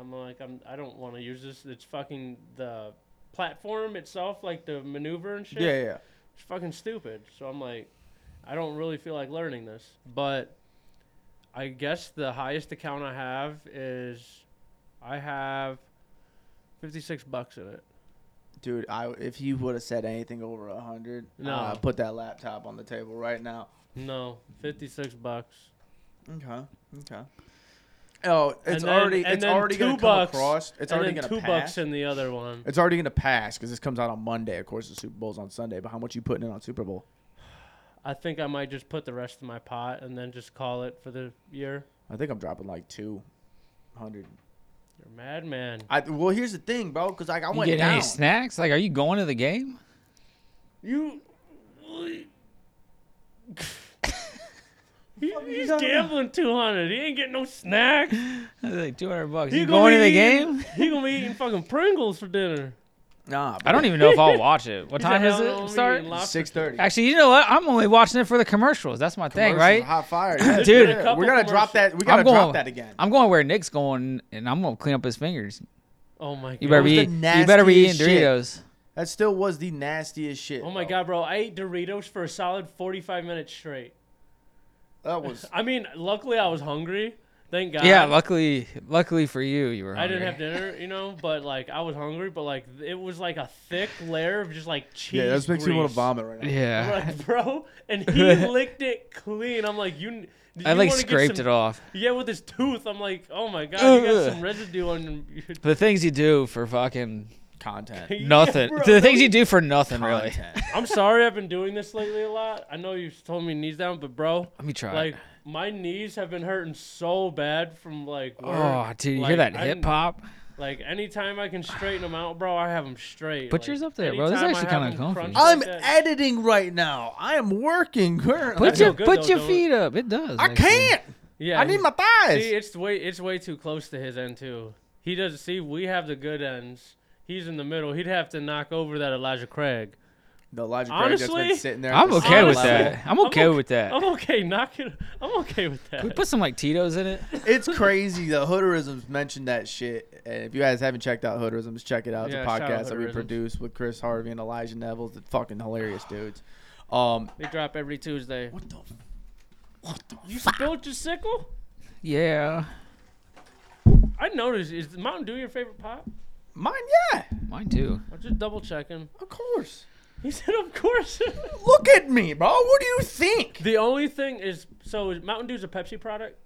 S4: I'm like I'm. I don't want to use this. It's fucking the platform itself, like the maneuver and shit.
S2: yeah, yeah, yeah.
S4: It's fucking stupid. So I'm like, I don't really feel like learning this. But I guess the highest account I have is I have 56 bucks in it.
S2: Dude, I if he would have said anything over a hundred,
S4: No.
S2: I put that laptop on the table right now.
S4: No, 56 bucks.
S2: Okay, okay. Oh, it's
S4: And then-
S2: already
S4: and
S2: it's
S4: then
S2: already
S4: two
S2: gonna
S4: bucks,
S2: come across. It's
S4: and
S2: already
S4: then
S2: gonna
S4: two
S2: pass.
S4: bucks in the other one.
S2: it's already gonna pass because this comes out on Monday. Of course, the Super Bowl's on Sunday. But how much you putting in on Super Bowl?
S4: I think I might just put the rest of my pot and then just call it for the year.
S2: I think I'm dropping like two hundred.
S4: You're a madman.
S2: I well, here's the thing, bro. Because like I
S3: you
S2: went
S3: get
S2: down.
S3: any snacks? Like, are you going to the game?
S4: You. He-
S2: are you
S4: He's
S2: talking about?
S4: gambling 200. He ain't getting no snacks.
S3: Like two hundred bucks.
S4: He
S3: You
S4: gonna
S3: going to
S4: be
S3: the
S4: eating-
S3: game?
S4: He gonna be eating fucking Pringles for dinner.
S2: Nah,
S3: I don't even know if I'll watch it. What time is it start?
S2: Six thirty.
S3: Actually, you know what? I'm only watching it for the commercials. That's my thing, right?
S2: Hot fire, yeah.
S3: Dude.
S2: Yeah, we're gonna drop that. We
S3: I'm
S2: gotta drop that again.
S3: I'm going where Nick's going, and I'm gonna clean up his fingers.
S4: Oh my god.
S3: You better be.
S2: the
S3: You better be eating
S2: nastiest shit.
S3: Doritos.
S2: That still was the nastiest shit.
S4: Oh my
S2: bro.
S4: god, bro! I ate Doritos for a solid 45 minutes straight.
S2: that was
S4: I mean, luckily I was hungry. Thank God.
S3: Yeah, luckily, luckily for you, you were.
S4: Uh, I didn't have
S3: hungry.
S4: dinner, you know, but like I was hungry, but like it was like a thick layer of just like cheese.
S2: yeah. That makes me want to
S4: grease.
S2: vomit right now.
S4: I'm
S3: Yeah,
S4: like, bro, and he licked it clean. I'm like, you. n-
S3: I
S4: you
S3: like
S4: wanna get
S3: scraped
S4: some-
S3: it off.
S4: Yeah, with his tooth. I'm like, oh my god, you got
S3: Ugh.
S4: some residue on your
S3: The things you do for fucking
S2: Content.
S4: Yeah,
S3: nothing.
S4: bro,
S3: the
S4: no,
S3: things you do for nothing, really.
S2: Content.
S4: I'm sorry, I've been doing this lately a lot. I know you've told me knees down, but bro,
S3: Let me try.
S4: like
S3: it.
S4: my knees have been hurting so bad from like work.
S3: oh, dude, you hear
S4: Like,
S3: that hip
S4: I'm-
S3: hop?
S4: Like anytime I can straighten them out, bro, I have them straight.
S3: Put
S4: Like,
S3: yours up there, bro. This is
S4: anytime I
S3: actually
S4: have
S3: kinda comfy.
S4: 'em crunched
S2: I'm
S4: like that-
S2: editing right now. I am working. currently.
S3: Put
S4: feel
S3: your
S4: good,
S3: put
S4: though,
S3: your
S4: don't it?
S3: feet up. It does.
S2: I
S3: actually.
S2: can't.
S4: yeah,
S2: I need
S4: he-
S2: my thighs.
S4: See, it's way it's way too close to his end too. He doesn't see we have the good ends. He's in the middle. He'd have to knock over that Elijah Craig.
S2: the Elijah Craig
S4: Craig
S2: just
S4: that's been
S2: been
S4: honestly,
S2: sitting
S4: sitting
S2: there.
S3: I'm okay with
S4: Honestly,
S3: that. I'm
S4: I'm
S3: okay
S4: okay-
S3: with that.
S4: I'm okay. Knock it. I'm okay with
S3: Can we
S4: that.
S3: put some like Tito's in it?
S2: It's crazy. The Hooderisms mentioned that shit. And if you guys haven't checked out Hooderisms, check it out. It's
S4: Yeah,
S2: a
S4: shout out
S2: podcast that we
S4: Hooderisms.
S2: produce with Chris Harvey and Elijah Neville. It's fucking hilarious dudes. Um,
S4: They drop every Tuesday.
S2: what the? What the?
S4: You spilled your sickle?
S3: Yeah,
S4: I noticed. Is Mountain Dew your favorite pop?
S2: Mine, yeah,
S3: mine too.
S4: I'm just double checking.
S2: of course.
S4: He said, "Of course."
S2: Look at me, bro. What do you think?
S4: the only thing is, so is Mountain Dew's a Pepsi product.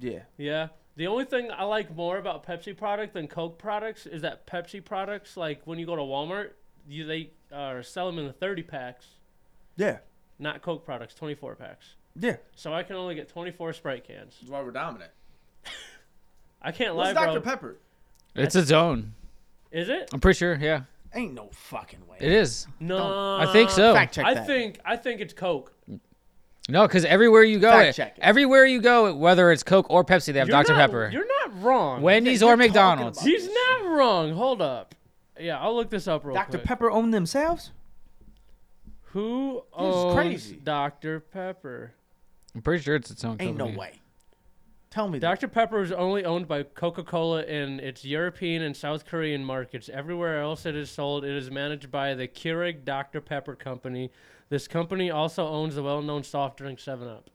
S2: Yeah,
S4: Yeah. The only thing I like more about Pepsi product than Coke products is that Pepsi products, like when you go to Walmart, you they uh, sell them in the 30 packs,
S2: yeah,
S4: not Coke products, 24 packs.
S2: yeah.
S4: So I can only get 24 Sprite cans.
S2: That's why we're dominant.
S4: I can't
S2: What's
S4: lie,
S2: Dr
S4: bro.
S2: Pepper?
S3: It's its own.
S4: is it?
S3: I'm pretty sure. Yeah,
S2: Ain't no fucking way.
S3: it is.
S4: No.
S3: I think so.
S2: Uh, Fact check
S4: I
S2: that.
S4: think I think it's Coke.
S3: No, because everywhere you go,
S2: Fact
S3: it-
S2: check it.
S3: everywhere you go, whether it's Coke or Pepsi, they have
S4: You're
S3: Dr
S4: not-
S3: Pepper,
S4: You're not wrong.
S3: Wendy's
S2: You're
S3: or
S2: talking
S3: McDonald's.
S2: about-
S4: He's not wrong. Hold up. Yeah, I'll look this up real
S2: Dr
S4: quick.
S2: Pepper owned themselves.
S4: Who
S2: This is
S4: owns
S2: crazy.
S4: Dr Pepper?
S3: I'm pretty sure it's its own.
S2: Ain't no
S3: company.
S2: way. Tell me that.
S4: Dr. Pepper is only owned by Coca Cola in its European and South Korean markets. Everywhere else it is sold, it is managed by the Keurig Dr. Pepper Company. This company also owns the well known soft drink 7 Up.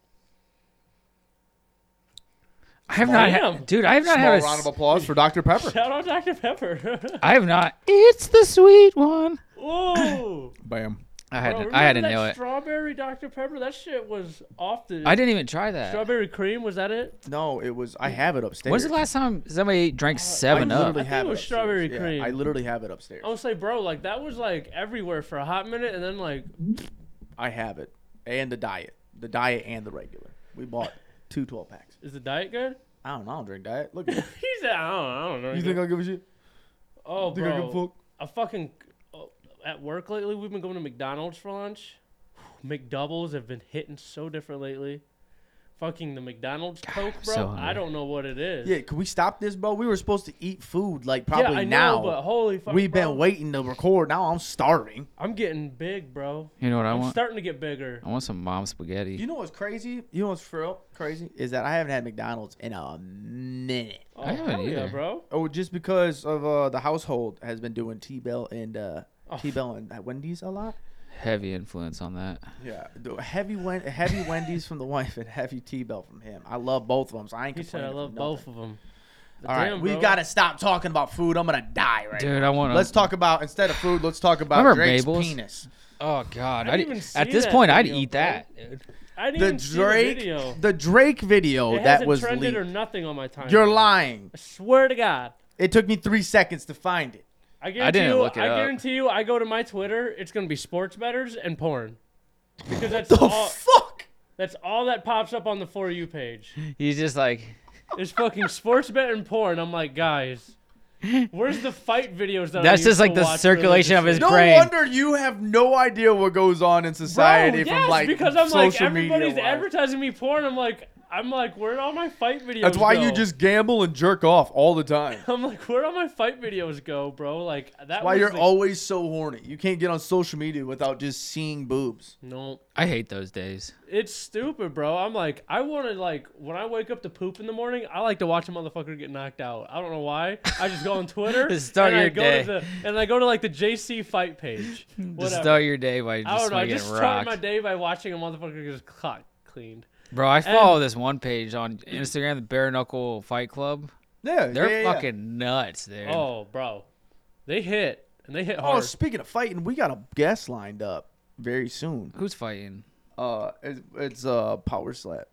S3: I have not,
S4: Damn.
S3: had, dude. I have not had a. s-
S2: applause for Dr. Pepper.
S4: Shout out Dr. Pepper.
S3: I have not. It's the sweet one.
S4: Whoa.
S2: Bam.
S3: I
S4: Bro,
S3: had. to
S4: remember
S3: I had to
S4: that
S3: know it.
S4: Strawberry Dr. Pepper? That shit was off the.
S3: I didn't even try that.
S4: Strawberry cream, was that it?
S2: No, it was. I have it upstairs.
S3: When's the last time somebody drank
S2: I
S3: Seven Up?
S2: literally
S4: Uh, I think
S2: have
S4: it was
S2: upstairs.
S4: strawberry
S2: Yeah,
S4: cream.
S2: I literally have it upstairs.
S4: I was like, bro, like that was like everywhere for a hot minute, and then like,
S2: I have it, and the diet, the diet and the regular. We bought two 12 packs.
S4: is the diet good?
S2: I don't know. I don't drink diet. Look at it.
S4: He said, I don't, I don't know.
S2: I'll give a shit?
S4: oh,
S2: Think I
S4: bro.
S2: give a fuck?
S4: I fucking oh, at work lately. We've been going to McDonald's for lunch. McDoubles have been hitting so different lately. Fucking the McDonald's Coke,
S3: I'm
S4: bro.
S3: so
S4: I
S3: hungry.
S4: don't know what it is.
S2: Yeah, can we stop this, bro? We were supposed to eat food like
S4: Yeah,
S2: probably
S4: I know,
S2: now.
S4: but holy fuck,
S2: We've
S4: bro.
S2: been waiting to record. Now I'm starving.
S4: I'm getting big, bro.
S3: You know what I
S4: I'm
S3: want?
S4: starting to get bigger.
S3: I want some mom
S2: You
S3: spaghetti.
S2: know what's crazy? You know what's for real crazy is that I haven't had McDonald's in a minute.
S4: Oh,
S3: haven't
S4: hell yeah,
S3: either.
S4: bro.
S2: Oh, just because of uh, the household has been doing T Bell and uh,
S4: Oh.
S2: T Bell and Wendy's a lot.
S3: Heavy influence on that.
S2: Yeah, the heavy Wen- heavy Wendy's from the wife and heavy T Bell from him. I love both of them, so I ain't
S4: He said
S2: complaining.
S4: I love
S2: from nothing.
S4: both of them.
S2: All right, we gotta stop talking about food. I'm gonna die right
S3: Dude,
S2: now.
S3: I want.
S2: Let's talk about instead of food. Let's talk about
S3: Remember
S2: Drake's
S3: Mabel's?
S2: penis.
S3: Oh God!
S4: I
S3: I'd-
S4: didn't even see
S3: at this
S4: that
S3: point, I'd
S4: video,
S3: eat
S4: bro.
S3: that. dude.
S4: I didn't
S2: The
S4: even see the
S2: Drake,
S4: video.
S2: the, Drake video
S4: it
S2: that
S4: hasn't
S2: was
S4: trended
S2: leaked.
S4: or nothing on my time.
S2: You're lying.
S4: I swear to God.
S2: It took me three seconds to find it.
S4: I guarantee
S3: didn't
S4: you,
S3: look it
S4: I
S3: up.
S4: guarantee you, I go to my Twitter, it's gonna be sports betters and porn, because that's
S2: The
S4: all
S2: fuck.
S4: that's all that pops up on the for you page.
S3: He's just like,
S4: It's fucking sports bet and porn. I'm like, guys, where's the fight videos that? I
S3: That's
S4: used
S3: just like
S4: to
S3: the
S4: watch
S3: circulation of his-
S4: religiously?
S2: No
S3: Brain.
S2: wonder you have no idea what goes on in
S4: Bro,
S2: society
S4: yes,
S2: from like
S4: because I'm like
S2: social media.
S4: everybody's
S2: wise.
S4: advertising me porn. I'm like. I'm like, where'd all my fight videos?
S2: That's why
S4: go?
S2: you just gamble and jerk off all the time.
S4: I'm like, where'd all my fight videos go, bro? Like that.
S2: Why
S4: was
S2: you're
S4: the-
S2: always so horny. You can't get on social media without just seeing boobs.
S4: No,
S3: I hate those days.
S4: it's stupid, bro. I'm like, I want to like when I wake up to poop in the morning, I like to watch a motherfucker get knocked out. I don't know why. I just go on Twitter
S3: Just start
S4: and I
S3: your
S4: go
S3: day.
S4: to the and I go to like the JC fight page. Whatever.
S3: Just start your day by
S4: I
S3: just
S4: don't know. I
S3: getting
S4: just start
S3: rocked.
S4: my day by watching a motherfucker get his clock cleaned.
S3: Bro, I follow this one page on Instagram, the Bare Knuckle Fight Club.
S2: Yeah, yeah,
S3: They're
S2: yeah, yeah.
S3: fucking nuts, dude.
S4: Oh, bro, they hit and they hit
S2: Oh,
S4: hard.
S2: speaking of fighting, we got a guest lined up very soon.
S3: Who's fighting?
S2: Uh, it's, it's uh power slap.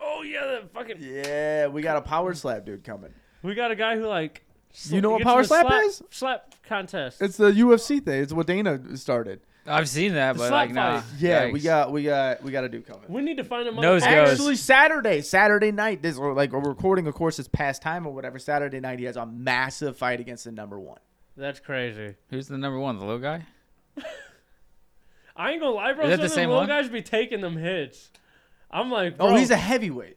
S4: Oh yeah, that fucking.
S2: Yeah, we got a power slap dude coming.
S4: We got a guy who like. sl-
S2: You know what
S4: gets in
S2: power
S4: the
S2: slap is?
S4: Slap contest.
S2: It's the UFC thing. It's what Dana started.
S3: I've seen that,
S4: The
S3: but
S4: slap
S3: like, nah.
S4: fight.
S2: Yeah, we
S3: Yikes.
S2: got we got we got a dude coming.
S4: we need to find a
S3: Nose
S4: motherfucker-
S3: goes.
S2: Actually, Saturday, Saturday night. This or like we're recording, of course, it's past time or whatever. Saturday night, he has a massive fight against the number one.
S4: That's crazy.
S3: Who's the number one? The little guy?
S4: I ain't gonna lie, bro.
S3: Is that
S4: Some
S3: the
S4: of the
S3: same
S4: little
S3: one?
S4: guys be taking them hits. I'm like,
S2: Oh,
S4: bro,
S2: he's a heavyweight.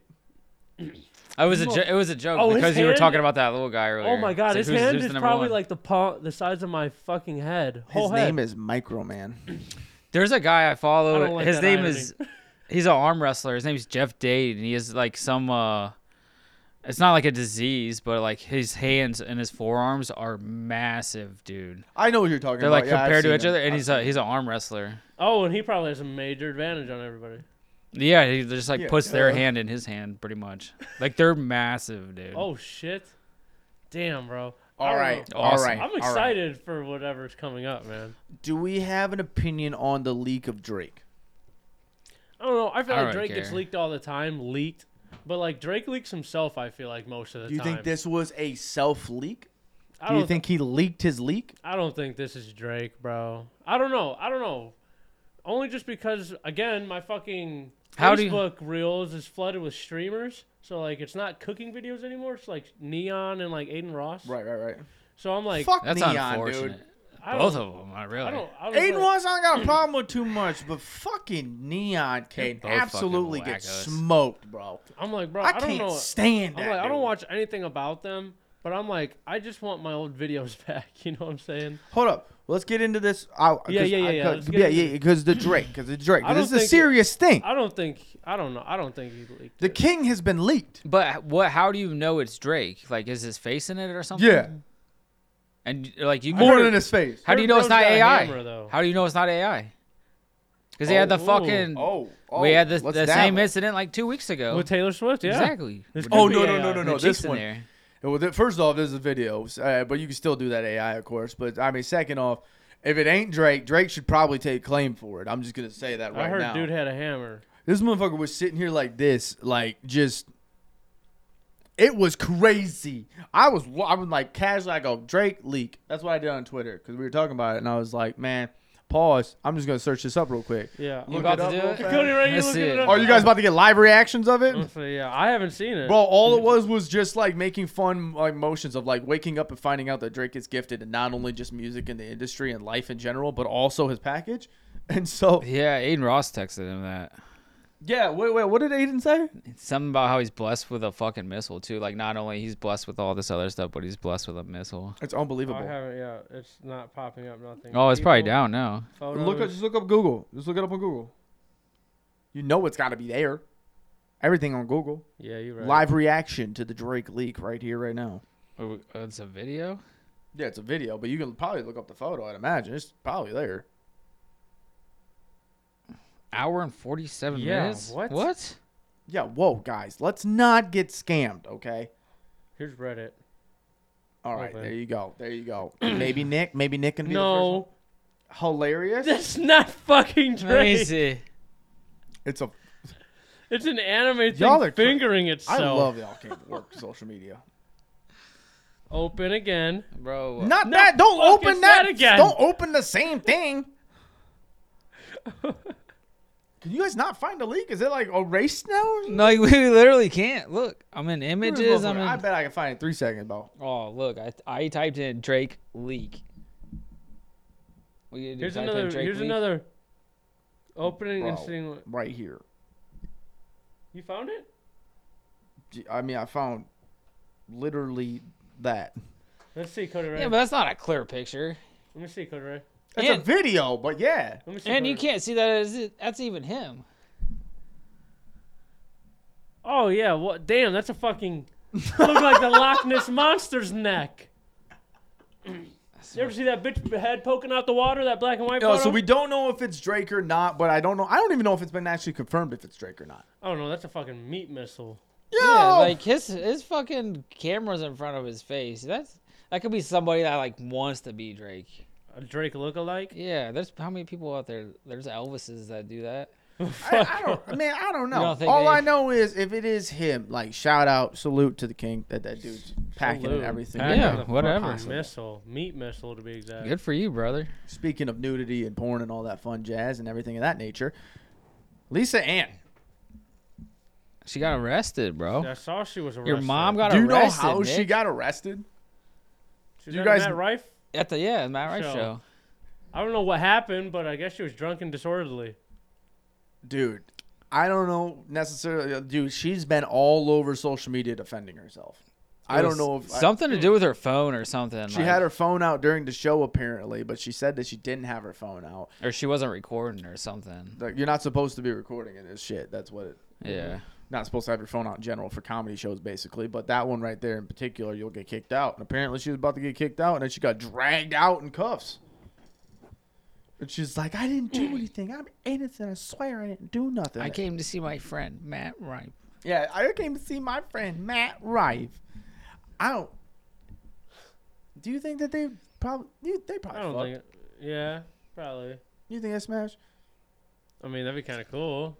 S3: I was a jo- it was a joke
S4: Oh, his
S3: because you were
S4: hand-
S3: talking about that little guy earlier.
S4: oh my god,
S3: It's
S4: his
S3: like, who's-
S4: hand
S3: who's the
S4: is
S3: number
S4: probably
S3: one?
S4: like the paw, the size of my fucking head.
S2: His
S4: Whole head.
S2: name is Micro Man.
S3: There's a guy I
S4: I
S3: follow.
S4: don't like
S3: his
S4: that
S3: name
S4: irony.
S3: is he's an arm wrestler. His name's Jeff Dade, and he has like some uh it's not like a disease, but like his hands and his forearms are massive, dude.
S2: I know what you're talking
S3: They're
S2: about.
S3: like
S2: Yeah, I've
S3: compared to
S2: seen
S3: each
S2: him.
S3: other, and
S2: I've
S3: he's
S2: seen
S3: a
S2: him.
S3: he's an arm wrestler.
S4: Oh, and he probably has a major advantage on everybody.
S3: Yeah, he just like
S2: Yeah,
S3: puts their
S2: duh.
S3: hand in his hand, pretty much. Like they're massive, dude.
S4: Oh shit, damn, bro. I
S2: All
S4: don't
S2: right,
S4: know.
S2: all
S3: Oh, Awesome.
S2: right.
S4: I'm
S2: all right.
S4: excited for whatever's coming up, man.
S2: Do we have an opinion on the leak of Drake?
S4: I don't know. I feel
S3: I
S4: like
S3: don't
S4: Drake gets
S3: care.
S4: leaked all the time, leaked. But like Drake leaks himself, I feel like most of the
S2: Do you
S4: time.
S2: think this was a self leak?
S4: I
S2: Do you
S4: don't
S2: think he leaked his leak?
S4: I don't think this is Drake, bro. I don't know. I don't know. Only just because, again, my fucking
S3: How do you-
S4: Facebook reels is flooded with streamers. So like, it's not cooking videos anymore. It's like Neon and like Aiden Ross.
S2: Right, right, right.
S4: So I'm like,
S2: Fuck
S3: That's
S2: Neon,
S3: unfortunate.
S2: dude.
S4: I
S3: Both
S4: don't,
S3: of them, I really.
S4: I don't. I don't
S2: Aiden
S4: know.
S2: Ross, I don't got a problem with too much, but fucking Neon can
S3: both
S2: absolutely
S3: fucking
S2: get
S3: wackos.
S2: smoked, bro.
S4: I'm like, bro.
S2: I,
S4: I, don't
S2: can't
S4: know.
S2: stand that.
S4: I'm like, I
S2: dude.
S4: don't watch anything about them. But I'm like, I just want my old videos back. You know what I'm saying?
S2: Hold up. Let's get into this. I, uh,
S4: Yeah,
S2: 'cause
S4: yeah, yeah,
S2: I-
S4: yeah, let's
S2: 'cause-
S4: get
S2: yeah,
S4: into
S2: yeah. Because the Drake, because the Drake. 'cause
S4: I
S2: this
S4: don't
S2: is a
S4: think it-
S2: serious thing.
S4: I don't think. I don't know. I don't think he leaked.
S2: The
S4: it.
S2: king has been leaked.
S3: But what? How do you know it's Drake? Like, is his face in it or something?
S2: Yeah,
S3: And like you
S2: more than his face.
S3: How do you know
S4: Third
S3: it's not
S4: Bro's got a
S3: AI?
S4: hammer, though.
S3: How do you know it's not AI? Because they had the
S4: Oh, ooh.
S3: fucking.
S2: Oh,
S3: we
S2: oh,
S3: had the,
S2: what's
S3: the
S2: that
S3: same
S2: one?
S3: incident like two weeks ago.
S4: with Taylor Swift. Yeah.
S3: Exactly.
S4: This
S3: With
S2: Oh
S4: could
S2: no
S4: be
S2: no
S4: AI.
S2: no no
S3: the
S2: no!
S3: cheeks
S2: This
S3: in
S2: one.
S3: there.
S2: Well, th- first off, there's a video, uh, but you can still do that AI, of course. But I mean, second off, if it ain't Drake, Drake should probably take claim for it. I'm just gonna say that right
S4: I heard
S2: now.
S4: dude had a hammer.
S2: this motherfucker was sitting here like this, like just. It was crazy. I was wa- I was like casually I go Drake leak. That's what I did on Twitter because we were talking about it, and I was like, man, pause. I'm just gonna search this up real quick.
S4: Yeah.
S3: You about to do it?
S4: Cody, right? You
S3: Let's
S4: looking
S3: see
S4: it
S3: it.
S4: up?
S2: Are you guys about to get live reactions of
S3: Mm.
S2: it?
S4: Honestly, yeah, I haven't seen it.
S2: Bro, all it was was just like making fun like motions of like waking up and finding out that Drake is gifted and not only just music in the industry and life in general, but also his package. And so,
S3: Yeah, Aiden Ross texted him that.
S2: yeah, wait, wait, what did Aiden say?
S3: Something about how he's blessed with a fucking missile too. Like not only he's blessed with all this other stuff, but he's blessed with a missile.
S2: It's
S4: I
S2: unbelievable.
S4: haven't. Yeah, it's not popping up. Nothing.
S3: Oh, it's probably
S4: People,
S3: down now.
S4: photos.
S2: Look up, just look up Google. Just look it up on Google. You know it's got to be there. Everything on Google.
S4: Yeah, you're right.
S2: Live reaction to the Drake leak right here, right now.
S3: Oh, it's a video.
S2: Yeah, it's a video, but you can probably look up the photo. I'd imagine it's probably there.
S3: Hour and forty-seven
S4: Yeah,
S3: minutes.
S4: what?
S3: What?
S2: Yeah, whoa, guys, let's not get scammed, okay?
S4: Here's Reddit.
S2: All right,
S4: Okay.
S2: there you go. There you go. maybe Nick. Maybe Nick can be
S4: No,
S2: the first one. Hilarious.
S4: that's not fucking
S3: Let me
S4: Drake.
S3: see.
S2: It's a.
S4: It's an anime thing
S2: Y'all are tr-
S4: fingering
S2: I
S4: itself.
S2: love y'all can't work social media.
S4: Open again.
S3: Bro, uh,
S2: Not
S4: No,
S2: that. Don't
S4: fuck,
S2: open
S4: it's
S2: that.
S4: that again.
S2: Don't open the same thing. can you guys not find the leak? Is it like erased now?
S3: no, we literally can't. Look, I'm in
S2: Where's
S3: images.
S2: motherfucker?
S3: I'm in.
S2: I bet I can find it in three seconds, bro.
S3: Oh, look, I, I typed in Drake leak. We gonna do
S4: Here's
S3: type in
S4: another.
S3: Drake
S4: Here's
S3: leak?
S4: another. Opening and
S2: Bro.
S4: seeing. what-
S2: Right here.
S4: You found it?
S2: Gee, I mean, I found literally that.
S4: Let's see, Cody Ray.
S3: Yeah, but that's not a clear picture.
S4: Let me see, Cody Ray.
S2: It's
S3: And-
S2: a video, but yeah.
S4: Let me see.
S3: And you
S4: Cody Ray.
S3: can't see that as that's even him.
S4: Oh yeah. What? Damn, that's a fucking. look like the Loch Ness monster's neck. you ever see that bitch head poking out the water? That black and white.
S2: No,
S4: photo?
S2: so we don't know if it's Drake or not, but I don't know. I don't even know if it's been actually confirmed if it's Drake or not.
S4: I don't know. That's a fucking meat missile.
S2: Yo,
S3: Yeah, like his his fucking camera's in front of his face. That's that could be somebody that like wants to be Drake.
S4: A Drake lookalike.
S3: Yeah, there's how many people out there? There's Elvises that do that.
S2: I, I don't. Man, I don't know.
S3: don't think
S2: All
S3: they-
S2: I know is if it is him, like shout out, salute to the king that that dude's packing and
S4: Salute.
S2: everything.
S4: Packing
S3: Yeah,
S4: the
S3: whatever.
S4: fucking Missile, meat missile to be exact.
S3: Good for you, brother.
S2: Speaking of nudity and porn and all that fun jazz and everything of that nature, Lisa Ann.
S3: She got arrested, bro.
S4: I saw she was arrested.
S3: Your mom got
S2: Do you know
S3: arrested.
S2: how she
S3: Nick.
S2: got arrested?
S4: She's
S2: you
S4: you
S2: guys-
S4: guys Matt Rife.
S3: at the yeah Matt Rife
S4: So-
S3: show?
S4: I don't know what happened, but I guess she was drunk and disorderly.
S2: Dude, I don't know necessarily. uh, Dude, she's been all over social media defending herself. I
S3: It
S2: don't
S3: was
S2: know if I-
S3: something to do with her phone or something.
S2: She had her phone out during the show apparently, but she said that she didn't have her phone out.
S3: or she wasn't recording or something.
S2: Like you're not supposed to be recording in this shit. That's what it
S3: Yeah.
S2: not supposed to have your phone out in general for comedy shows basically, but that one right there in particular, you'll get kicked out. And apparently she was about to get kicked out and then she got dragged out in cuffs. And she's like, I didn't do anything. I'm innocent. I swear I didn't do nothing.
S3: I came to see my friend Matt Rife.
S2: Yeah, I came to see my friend Matt Rife. I don't. Do you think that they probably? You, they
S4: I
S2: probably.
S4: don't
S2: fucked.
S4: think. It, yeah, probably.
S2: You think they smashed?
S4: I mean, that'd be kind of cool.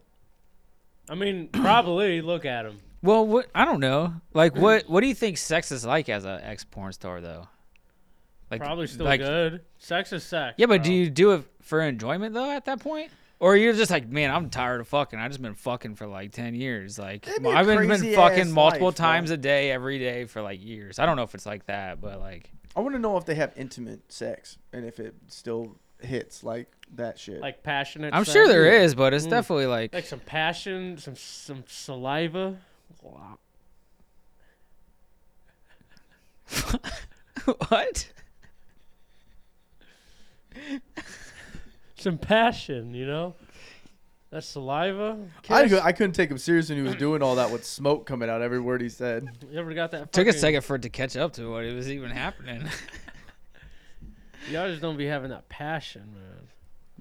S4: I mean, probably. Look at him.
S3: Well, what I don't know. Like, what what do you think sex is like as an ex porn star though? Like
S4: Probably still
S3: like-
S4: good. Um, Sex is sex.
S3: Yeah, but
S4: bro.
S3: do you do it for enjoyment though? At that point, or you're just like, man, I'm tired of fucking. I just been fucking for like ten years. Like,
S2: That'd be a
S3: I've been,
S2: crazy
S3: been
S2: ass
S3: fucking multiple
S2: life, bro.
S3: times a day, every day for like years. I don't know if it's like that, but like,
S2: I want to know if they have intimate sex and if it still hits like that shit.
S4: like passionate?
S3: I'm
S4: sex?
S3: sure there is, but it's
S4: Mm.
S3: definitely like,
S4: Like some passion, some some saliva.
S3: what?
S4: Some passion, you know? That's saliva.
S2: I,
S4: Kiss. Mm.
S2: cou- I couldn't take him serious when he was doing all that with smoke coming out every word he said.
S4: You ever got that?
S3: Took a
S4: fucking-
S3: second for it to catch up to what it was even happening.
S4: Y'all just don't be having that passion, man.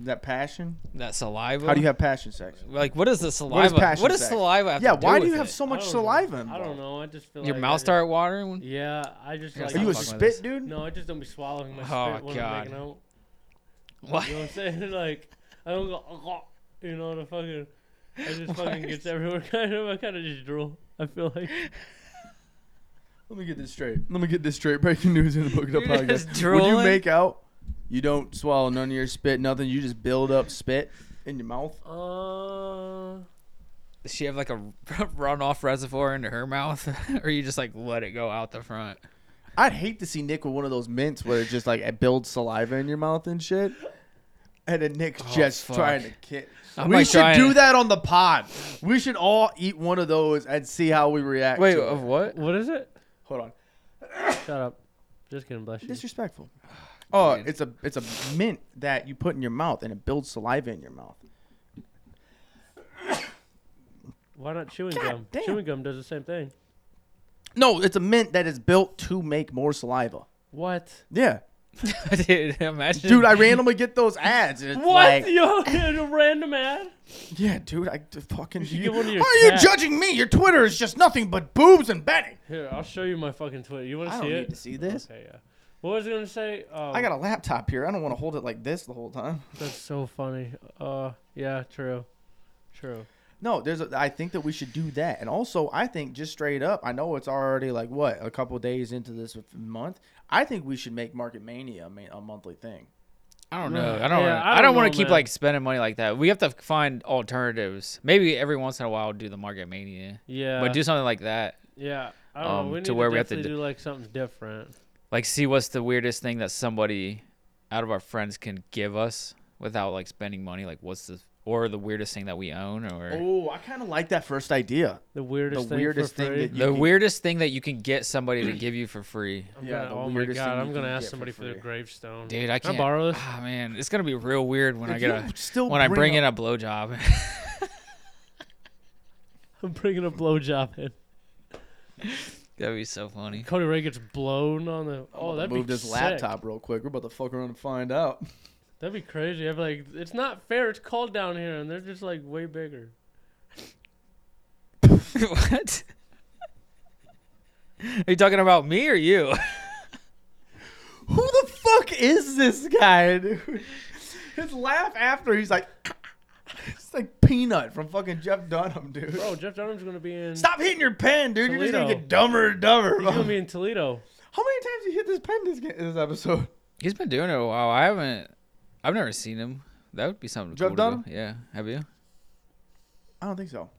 S2: That passion.
S3: that saliva.
S2: How do you have passion sex?
S3: Like, what is the saliva?
S2: passion
S3: what does
S2: sex?
S3: saliva have
S2: Yeah,
S3: to do
S2: why do
S3: with
S2: you have
S3: it?
S2: so
S4: I
S2: much
S4: don't know.
S2: saliva?
S4: I
S2: involved?
S4: don't know. I just feel
S3: Your
S4: like I
S3: mouth
S4: just-
S3: start watering? when-
S4: Yeah, I just
S3: You're
S4: like.
S2: Are you a
S3: Fuck with
S2: spit
S3: this.
S2: dude?
S4: no, I just don't be swallowing my
S3: Oh,
S4: spit when
S3: God.
S4: I'm making out.
S3: What?
S4: You know what I'm saying? Like, I don't go. "Ugh," You know the fucking. I just fucking gets everywhere. Kind of, I kind of just drool. I feel like.
S2: Let me get this straight. Let me get this straight. Breaking news in the Book It Up
S3: You're
S2: podcast.
S3: just
S2: When you
S3: drooling?
S2: make out, you don't swallow none of your spit, nothing. You just build up spit in your mouth.
S4: Uh,
S3: Does she have like a runoff reservoir into her mouth, or you just like let it go out the front?
S2: I'd hate to see Nick with one of those mints where it just like it builds saliva in your mouth and shit. And then Nick's just
S3: fuck.
S2: trying to kick.
S3: I'm,
S2: we
S3: like,
S2: should
S3: trying
S2: do
S3: to-
S2: that on the pod. We should all eat one of those and see how we react. to it.
S3: what?
S4: what is it?
S2: hold on.
S4: Shut up. Just kidding. Bless you.
S2: Disrespectful. Oh,
S3: Man.
S2: it's a it's a mint that you put in your mouth and it builds saliva in your mouth.
S4: Why not chewing
S2: God
S4: gum?
S2: damn.
S4: Chewing gum does the same thing.
S2: No, it's a mint that is built to make more saliva.
S4: What?
S2: Yeah.
S3: Dude, imagine.
S2: Dude, I randomly get those ads. and it's
S4: What?
S2: like-
S4: Yo, a random ad.
S2: yeah, dude, I d- fucking.
S4: should
S2: you-
S4: get one of your
S2: why are you
S4: cat-
S2: judging me? Your Twitter is just nothing but boobs and betting.
S4: Here, I'll show you my fucking Twitter. You want
S2: I
S4: to
S2: don't
S4: see
S2: need
S4: it?
S2: to see this.
S4: Okay, yeah. What was I gonna say? Um,
S2: I got a laptop here. I don't want to hold it like this the whole time.
S4: That's so funny. Uh, yeah, true, true.
S2: No, there's. A, I think that we should do that, and also I think just straight up. I know it's already like what a couple days into this month. I think we should make Market Mania a, ma- a monthly thing.
S3: I don't know. I don't. wanna,
S4: Yeah, I
S3: I don't,
S4: don't
S3: want
S4: know,
S3: to keep
S4: man.
S3: like spending money like that. We have to find alternatives. Maybe every once in a while do the market mania,
S4: Yeah,
S3: but do something like that.
S4: yeah. I don't
S3: um,
S4: know. We need
S3: to
S4: to,
S3: where we have to
S4: definitely do like something different.
S3: Like, see what's the weirdest thing that somebody out of our friends can give us without like spending money. Like, what's the or the weirdest thing that we own, or
S2: Oh, I kind of like that first idea.
S4: The weirdest
S2: The
S4: thing
S2: weirdest
S4: for
S2: thing
S4: free.
S2: that you
S3: the
S2: can-
S3: weirdest thing that you can get somebody to give you for free.
S4: I'm
S2: Yeah,
S4: gonna-
S2: the
S4: oh my
S2: weirdest thing
S4: god,
S2: you
S4: I'm gonna
S2: can
S4: ask
S2: get for
S4: somebody for, their
S2: free.
S4: gravestone.
S3: Dude, I
S4: Can
S3: can't.
S4: I borrow this?
S3: Ah, man, it's gonna be real weird when I
S2: If
S3: get
S2: you
S3: a
S2: still
S3: when I bring in
S2: up,
S3: a blowjob.
S4: I'm bringing a blowjob in.
S3: That'd be so funny.
S4: Cody Ray gets blown on the. Oh, that'd
S2: move
S4: be
S2: this
S4: sick.
S2: laptop real quick. We're about to fuck around and find out.
S4: That'd be crazy. I'd be like, it's not fair. It's cold down here, and they're just like way bigger.
S3: what? Are you talking about me or you?
S2: Who the fuck is this guy? Dude? His laugh after he's like, it's like peanut from fucking Jeff Dunham, dude.
S4: Bro, Jeff Dunham's gonna be in.
S2: Stop hitting your pen, dude. You're just gonna
S4: Toledo.
S2: get dumber and dumber.
S4: He's
S2: bro.
S4: gonna be in Toledo.
S2: How many times you hit this pen this ga- this episode?
S3: He's been doing it a while. I haven't. I've never seen him. That would be something.
S2: Jeff
S3: cool to do.
S2: Dunham?
S3: Yeah. Have you?
S2: I don't think so.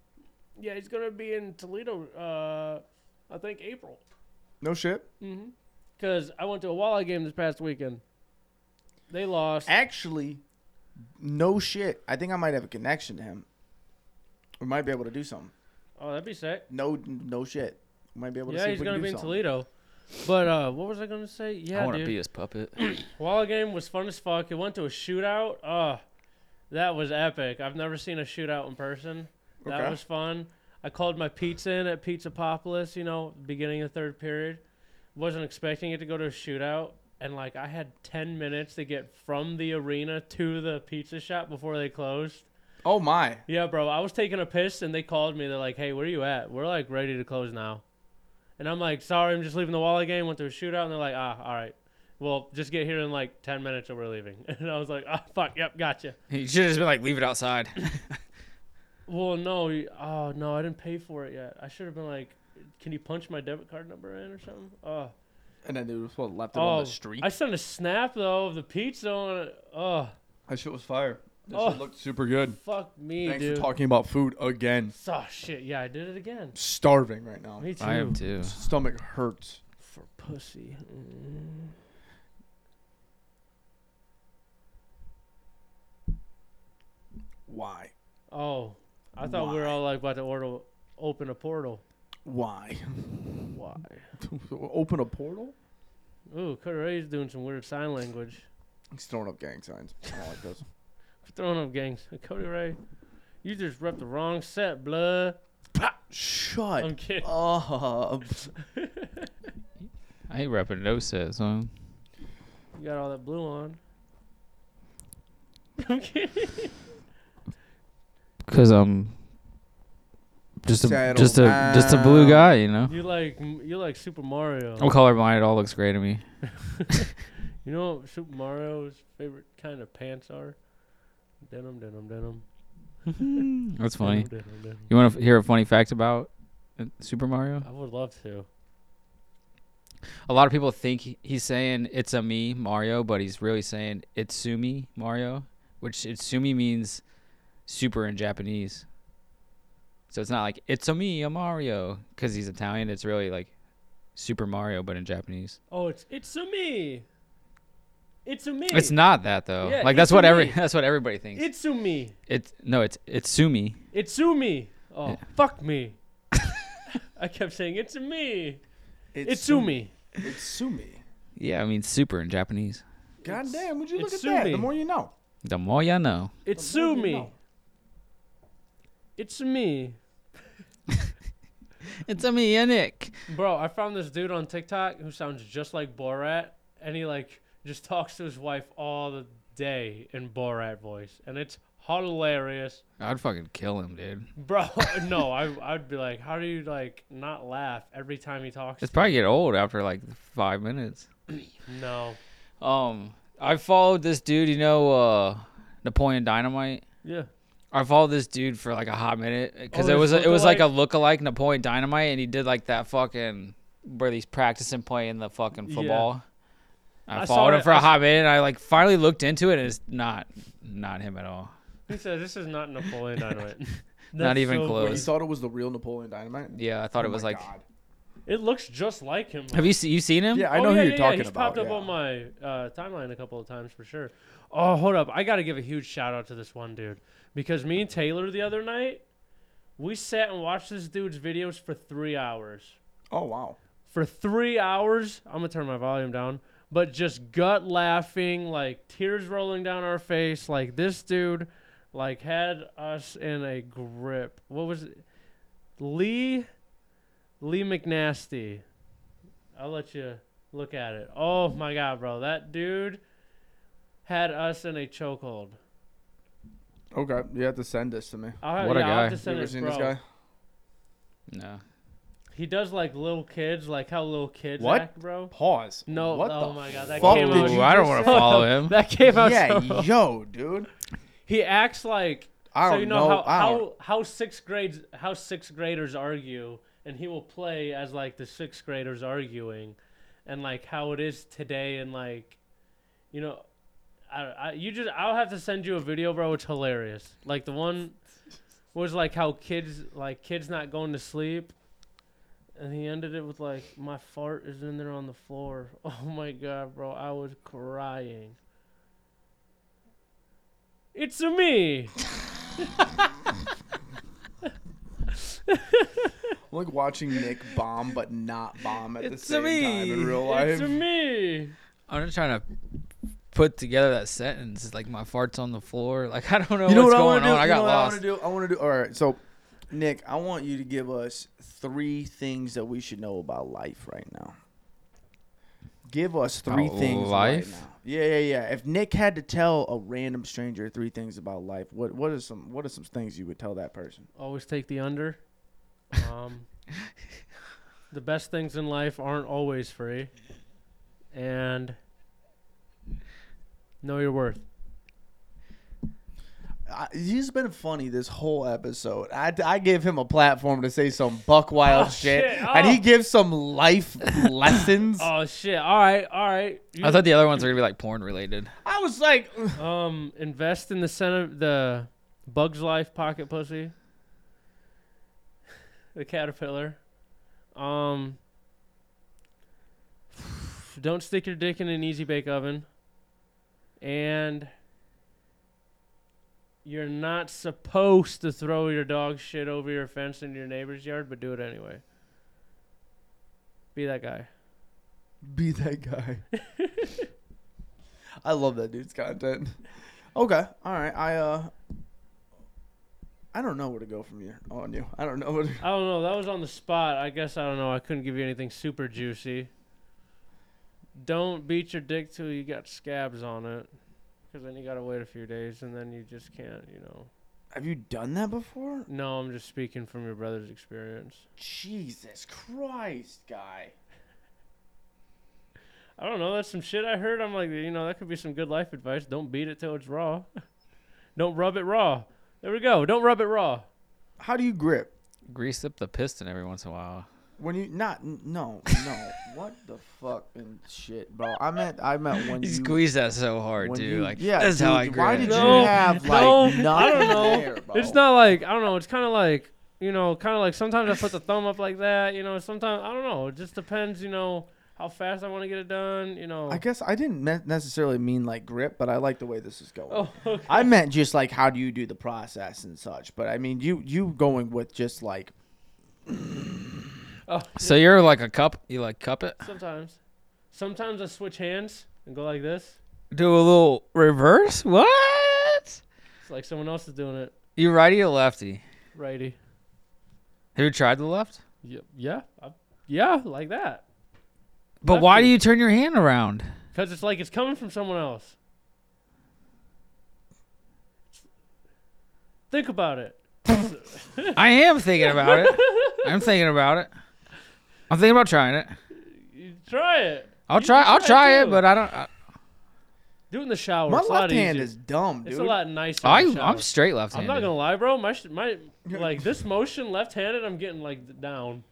S4: Yeah, he's gonna be in Toledo. Uh, I think April.
S2: No shit.
S4: Cause I went to a Walleye game this past weekend. They lost.
S2: Actually, no shit. I think I might have a connection to him. We might be able to do something.
S4: Oh, that'd be sick.
S2: No, no shit. We might be able to.
S4: Yeah,
S2: see if
S4: he's
S2: we can
S4: gonna
S2: do
S4: be in
S2: something.
S4: Toledo. But uh, what was I gonna say? Yeah,
S3: I want to
S4: dude.
S3: be his puppet.
S4: Wall game was fun as fuck. It went to a shootout. Oh, that was epic. I've never seen a shootout in person. That
S2: Okay.
S4: was fun. I called my pizza in at Pizzapopolis, you know, beginning of third period. Wasn't expecting it to go to a shootout. And, like, I had 10 minutes to get from the arena to the pizza shop before they closed.
S2: Oh my!
S4: Yeah, bro. I was taking a piss and they called me. They're like, hey, where are you at? We're, like, ready to close now. And I'm like, sorry, I'm just leaving the wall again. Went to a shootout. And they're like, ah, all right. Well, just get here in, like, 10 minutes or we're leaving. And I was like, ah, fuck, yep, gotcha.
S3: you should have just been like, leave it outside.
S4: Well, no. y- Oh, no, I didn't pay for it yet. I should have been like, can you punch my debit card number in or something? Oh,
S2: And then dude was what left it on
S4: oh
S2: the street.
S4: I sent a snap, though, of the pizza on it. Oh,
S2: That shit was fire. That
S4: Oh.
S2: shit looked super good.
S4: fuck me,
S2: Thanks
S4: dude.
S2: for talking about food again.
S4: Oh, shit. Yeah, I did it again.
S2: Starving right now.
S4: Me too.
S3: I am too.
S2: Stomach hurts.
S4: For pussy. Mm.
S2: Why?
S4: Oh, I thought we were
S2: Why?
S4: all like about to order, open a portal.
S2: Why?
S4: Why?
S2: Open a portal?
S4: Ooh, Cody Ray's doing some weird sign language.
S2: He's throwing up gang signs. I don't like those.
S4: Throwing up gangs. Cody Ray, you just rep the wrong set, blood.
S2: Shut
S4: I'm kidding.
S3: uh,
S2: up.
S3: I ain't rapping no sets. Huh?
S4: You got all that blue on. I'm kidding.
S3: Cause I'm just a
S2: Settle
S3: just a just a blue
S2: down.
S3: guy. You know.
S4: You like you like Super Mario.
S3: I'm colorblind. It all looks gray to me.
S4: You know what Super Mario's favorite kind of pants are? Denim, denim, denim.
S3: That's funny.
S4: Denim, denim, denim.
S3: You want to hear a funny fact about uh, Super Mario?
S4: I would love to.
S3: A lot of people think he- he's saying it's a me Mario, but he's really saying Itsumi Mario, which Itsumi means super in Japanese. So it's not like it's a me a Mario because he's Italian. It's really like Super Mario, but in Japanese.
S4: Oh, it's it's a me. It's a me.
S3: It's not that though.
S4: Yeah,
S3: like that's what every
S4: Itsumi.
S3: that's what everybody thinks.
S4: It's a me.
S3: It's no, it's Itsumi.
S4: It's a me. Oh,
S3: Yeah.
S4: fuck me. I kept saying it's a me. It's, a
S2: Sumi.
S4: me.
S2: It's Sumi.
S3: Yeah, I mean super in Japanese.
S2: God damn, would you look at
S4: it's
S2: that?
S4: Sumi.
S2: The more you know.
S3: The more ya know.
S4: It's
S2: The more
S4: a
S2: you
S4: me.
S2: know.
S4: It's a me.
S3: It's a me and Nick.
S4: Bro, I found this dude on TikTok who sounds just like Borat, and he like just talks to his wife all the day in Borat voice, and it's hilarious,
S3: I'd fucking kill him, dude.
S4: bro. no, I I'd be like, how do you like not laugh every time he talks?
S3: It's probably get old after like five minutes.
S4: no,
S3: Um, I followed this dude, you know, uh, Napoleon Dynamite.
S4: yeah,
S3: I followed this dude for like a hot minute because
S4: Oh,
S3: it
S4: his
S3: was a, it was like a
S4: lookalike?
S3: look-alike Napoleon Dynamite, and he did like that fucking where he's practicing playing the fucking
S4: Yeah.
S3: football. I,
S4: I saw
S3: followed him
S4: that-
S3: for
S4: I
S3: a
S4: s-
S3: hot minute, and I like finally looked into it, and it's not not him at all.
S4: he said this is not Napoleon Dynamite.
S3: Not
S4: That's
S3: even
S4: so
S2: Wait,
S3: close.
S2: you
S4: great.
S2: thought it was the real Napoleon Dynamite?
S3: Yeah, I thought
S2: Oh
S3: it was
S2: my
S3: like
S2: God.
S4: It looks just like him.
S3: Have you see, you seen him?
S2: Yeah, I
S4: oh,
S2: know
S4: yeah,
S2: who you're
S4: yeah,
S2: talking
S4: yeah. He's
S2: about.
S4: popped up
S2: yeah.
S4: on my uh, timeline a couple of times for sure. Oh, hold up. I got to give a huge shout out to this one dude because me and Taylor the other night, we sat and watched this dude's videos for three hours.
S2: oh wow.
S4: For three hours, I'm going to turn my volume down, but just gut laughing, like tears rolling down our face. Like this dude, like had us in a grip. What was it? Lee, Lee McNasty. I'll let you look at it. Oh my god, bro, that dude had us in a chokehold.
S2: Okay, you have to send this to me.
S4: I'll have,
S3: What a
S4: yeah, I'll
S3: guy.
S4: have to
S2: You
S4: send
S2: ever
S4: it,
S2: seen
S4: bro.
S2: this guy?
S3: No.
S4: He does like little kids, like how little kids
S2: What?
S4: act, bro.
S2: Pause.
S4: No,
S2: What
S4: oh
S2: the
S4: my god, that
S2: fuck
S4: came
S2: did
S4: out.
S2: you
S3: Ooh, I don't
S4: just
S3: want to
S4: so-
S3: follow him.
S4: That came out.
S2: yeah,
S4: so-
S2: yo, dude.
S4: he acts like
S2: I don't
S4: so you know,
S2: know. I
S4: how,
S2: don't-
S4: how how sixth grades how sixth graders argue, and he will play as like the sixth graders arguing, and like how it is today, and like, you know, I, I you just I'll have to send you a video, bro. It's hilarious. Like the one was like how kids like kids not going to sleep. And he ended it with like, "My fart is in there on the floor." Oh my god, bro! I was crying. It's a me.
S2: I'm like watching Nick bomb, but not bomb at
S3: It's
S2: the same time
S3: me.
S2: in real
S4: It's
S2: life.
S4: a me.
S3: I'm just trying to put together that sentence. It's Like my farts on the floor. Like I don't know
S2: You know
S3: what's
S2: what I
S3: going
S2: want to do?
S3: on. I
S2: You
S3: got
S2: know what I want
S3: lost.
S2: to do? I want to do. All right, so Nick, I want you to give us three things that we should know about life right now. Give us three
S3: About
S2: things
S3: life?
S2: right now. Yeah, yeah, yeah. If Nick had to tell a random stranger three things about life, what what are some what are some things you would tell that person?
S4: Always take the under. Um, the best things in life aren't always free, and know your worth.
S2: I, he's been funny this whole episode. I, I give him a platform to say some buck wild
S4: Oh,
S2: shit,
S4: shit.
S2: and he
S4: Oh.
S2: gives some life lessons.
S4: Oh shit! All right, all right. You-
S3: I thought the other ones were gonna be like porn related.
S2: I was like,
S4: um, invest in the center, the Bugs Life pocket pussy, the caterpillar. Um, don't stick your dick in an easy bake oven, and you're not supposed to throw your dog shit over your fence into your neighbor's yard, but do it anyway. Be that guy.
S2: be that guy. I love that dude's content. Okay, all right. I uh, I don't know where to go from here on you. I don't know what.
S4: I don't know. That was on the spot. I guess I don't know. I couldn't give you anything super juicy. Don't beat your dick till you got scabs on it, because then you gotta wait a few days, and then you just can't. You know.
S2: Have you done that before?
S4: No, I'm just speaking from your brother's experience.
S2: Jesus Christ, guy.
S4: I don't know. That's some shit I heard. I'm like, you know, that could be some good life advice. Don't beat it till it's raw. don't rub it raw. There we go. Don't rub it raw.
S2: How do you grip
S3: Grease up the piston every once in a while.
S2: when you not? n- No, no. what the fuck and shit, bro. I meant I meant when
S3: You
S2: you.
S3: squeeze that so hard,
S2: when
S3: dude.
S2: you-
S3: like
S2: yeah,
S3: that's how
S2: dude,
S3: I grew.
S2: why did you
S4: No,
S2: have like
S4: no,
S2: nothing
S4: I don't know.
S2: there, bro?
S4: It's not like I don't know. It's kind of like you know, kind of like sometimes I put the thumb up like that. You know, sometimes I don't know. It just depends. You know, how fast I want to get it done. You know.
S2: I guess I didn't me- necessarily mean like grip, but I like the way this is going.
S4: oh, okay.
S2: I meant just like how do you do the process and such. But I mean, you you going with just like
S3: So you're like a cup. You like cup it.
S4: sometimes, sometimes I switch hands and go like this.
S3: Do a little reverse. What?
S4: It's like someone else is doing it.
S3: You righty or lefty?
S4: Righty.
S3: Have you tried the left?
S4: Yeah, yeah, I- yeah, like that.
S3: But why
S4: Lefty.
S3: do you turn your hand around?
S4: Cause it's like it's coming from someone else. Think about it.
S3: I am thinking about it. I'm thinking about it. I'm thinking about trying it.
S4: You try it.
S3: I'll
S4: You
S3: try.
S4: can
S3: I'll
S4: try it
S3: try it,
S4: too.
S3: but I don't. I,
S4: Do it in the shower.
S2: my
S4: Oh, it's a lot
S2: left hand
S4: easier.
S2: is dumb, dude.
S4: It's a lot nicer.
S3: I
S4: in the shower.
S3: I'm straight
S4: I'm
S3: left-handed.
S4: not gonna lie, bro. My sh- my like this motion left-handed, I'm getting like down.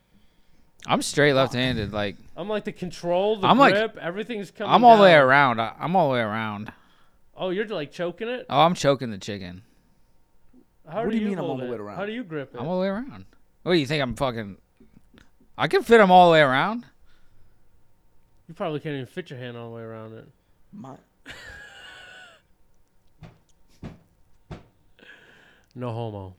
S3: I'm straight left-handed. Like
S4: I'm like the control, the
S3: I'm, like-
S4: grip, everything's coming.
S3: I'm all the way
S4: down.
S3: around. I, I'm all the way around.
S4: Oh, you're like choking it.
S3: Oh, I'm choking the chicken.
S4: How
S2: What do you mean I'm
S4: hold
S2: all the
S4: it?
S2: way around?
S4: How do you grip it?
S3: I'm all the way around. What do you think? I'm fucking. I can fit them all the way around.
S4: You probably can't even fit your hand all the way around it.
S2: My,
S4: No homo.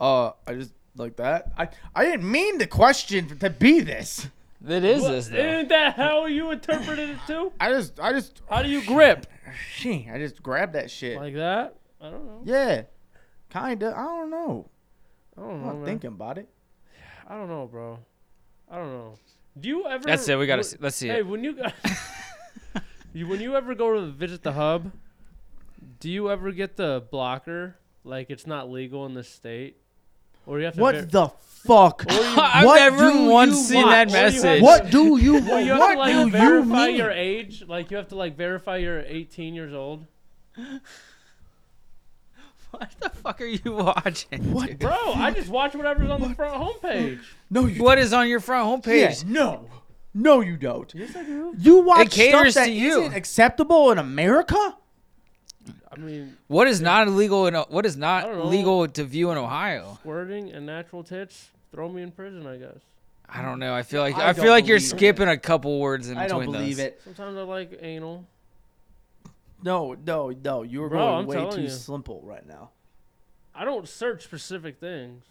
S2: uh, I just like that. I I didn't mean the question to be this.
S3: It is
S4: What-
S3: this though.
S4: Isn't that how you interpreted it too?
S2: I just I just
S4: How do you grip?
S2: she I just grabbed that shit.
S4: Like that? I don't know.
S2: yeah, kinda. I don't know.
S4: I don't
S2: I'm
S4: know.
S2: not
S4: man.
S2: thinking about it.
S4: I don't know, bro. I don't know. Do you ever?
S3: That's it. We gotta
S4: wh-
S3: see, let's see
S4: Hey,
S3: it.
S4: when you go, you, when you ever go to visit the hub, do you ever get the blocker? Like it's not legal in the state, or you have to.
S2: What
S4: ver-
S2: the fuck?
S3: I've
S2: What do
S3: never
S2: you
S3: once seen that
S4: want? What do you have-
S3: message.
S4: What?
S2: What do you
S4: Well, you have
S2: what
S4: to like
S2: do you
S4: verify
S2: mean?
S4: your age. Like you have to like verify you're 18 years old,
S3: What the fuck are you watching?
S2: What?
S3: dude?
S4: bro. I just watch whatever's on the front homepage.
S2: No, you
S3: What is on your front
S2: Yeah,
S3: homepage?
S2: no, no, you don't.
S4: Yes, I do.
S2: You watch
S3: caters
S2: stuff that
S3: to you.
S2: not acceptable in America.
S4: I mean,
S3: What is not illegal in? What is
S4: I don't
S3: not
S4: know.
S3: legal to view in Ohio?
S4: squirting and natural tits throw me in prison. I guess
S3: I don't know. I feel like
S2: I
S3: I,
S2: don't
S3: feel like you're
S2: believe it.
S3: skipping a couple words in
S2: I
S3: between
S2: don't believe
S3: those.
S2: it.
S4: sometimes I like anal.
S2: No, no, no. You are
S4: Bro,
S2: going
S4: I'm
S2: way
S4: telling
S2: too
S4: you.
S2: simple right now.
S4: I don't search specific things.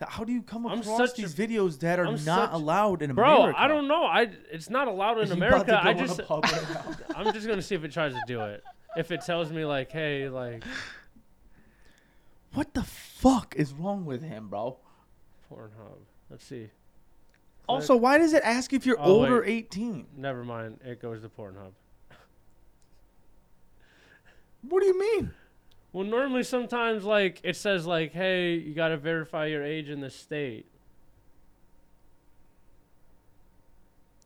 S2: How do you come
S4: I'm
S2: across
S4: such
S2: these
S4: a-
S2: videos that are
S4: I'm
S2: not
S4: such-
S2: allowed in
S4: Bro,
S2: America?
S4: I don't know. I it's not allowed in
S2: You about to
S4: America. I
S2: go on a
S4: just
S2: pub right now.
S4: I'm just gonna see if it tries to do it. If it tells me like, hey, like
S2: what the fuck is wrong with him, bro?
S4: Pornhub. Let's see.
S2: Also, why does it ask if you're
S4: Oh,
S2: older
S4: wait.
S2: 18?
S4: Never mind. It goes to Pornhub.
S2: What do you mean?
S4: Well, normally sometimes like it says like, hey, you gotta verify your age in the state.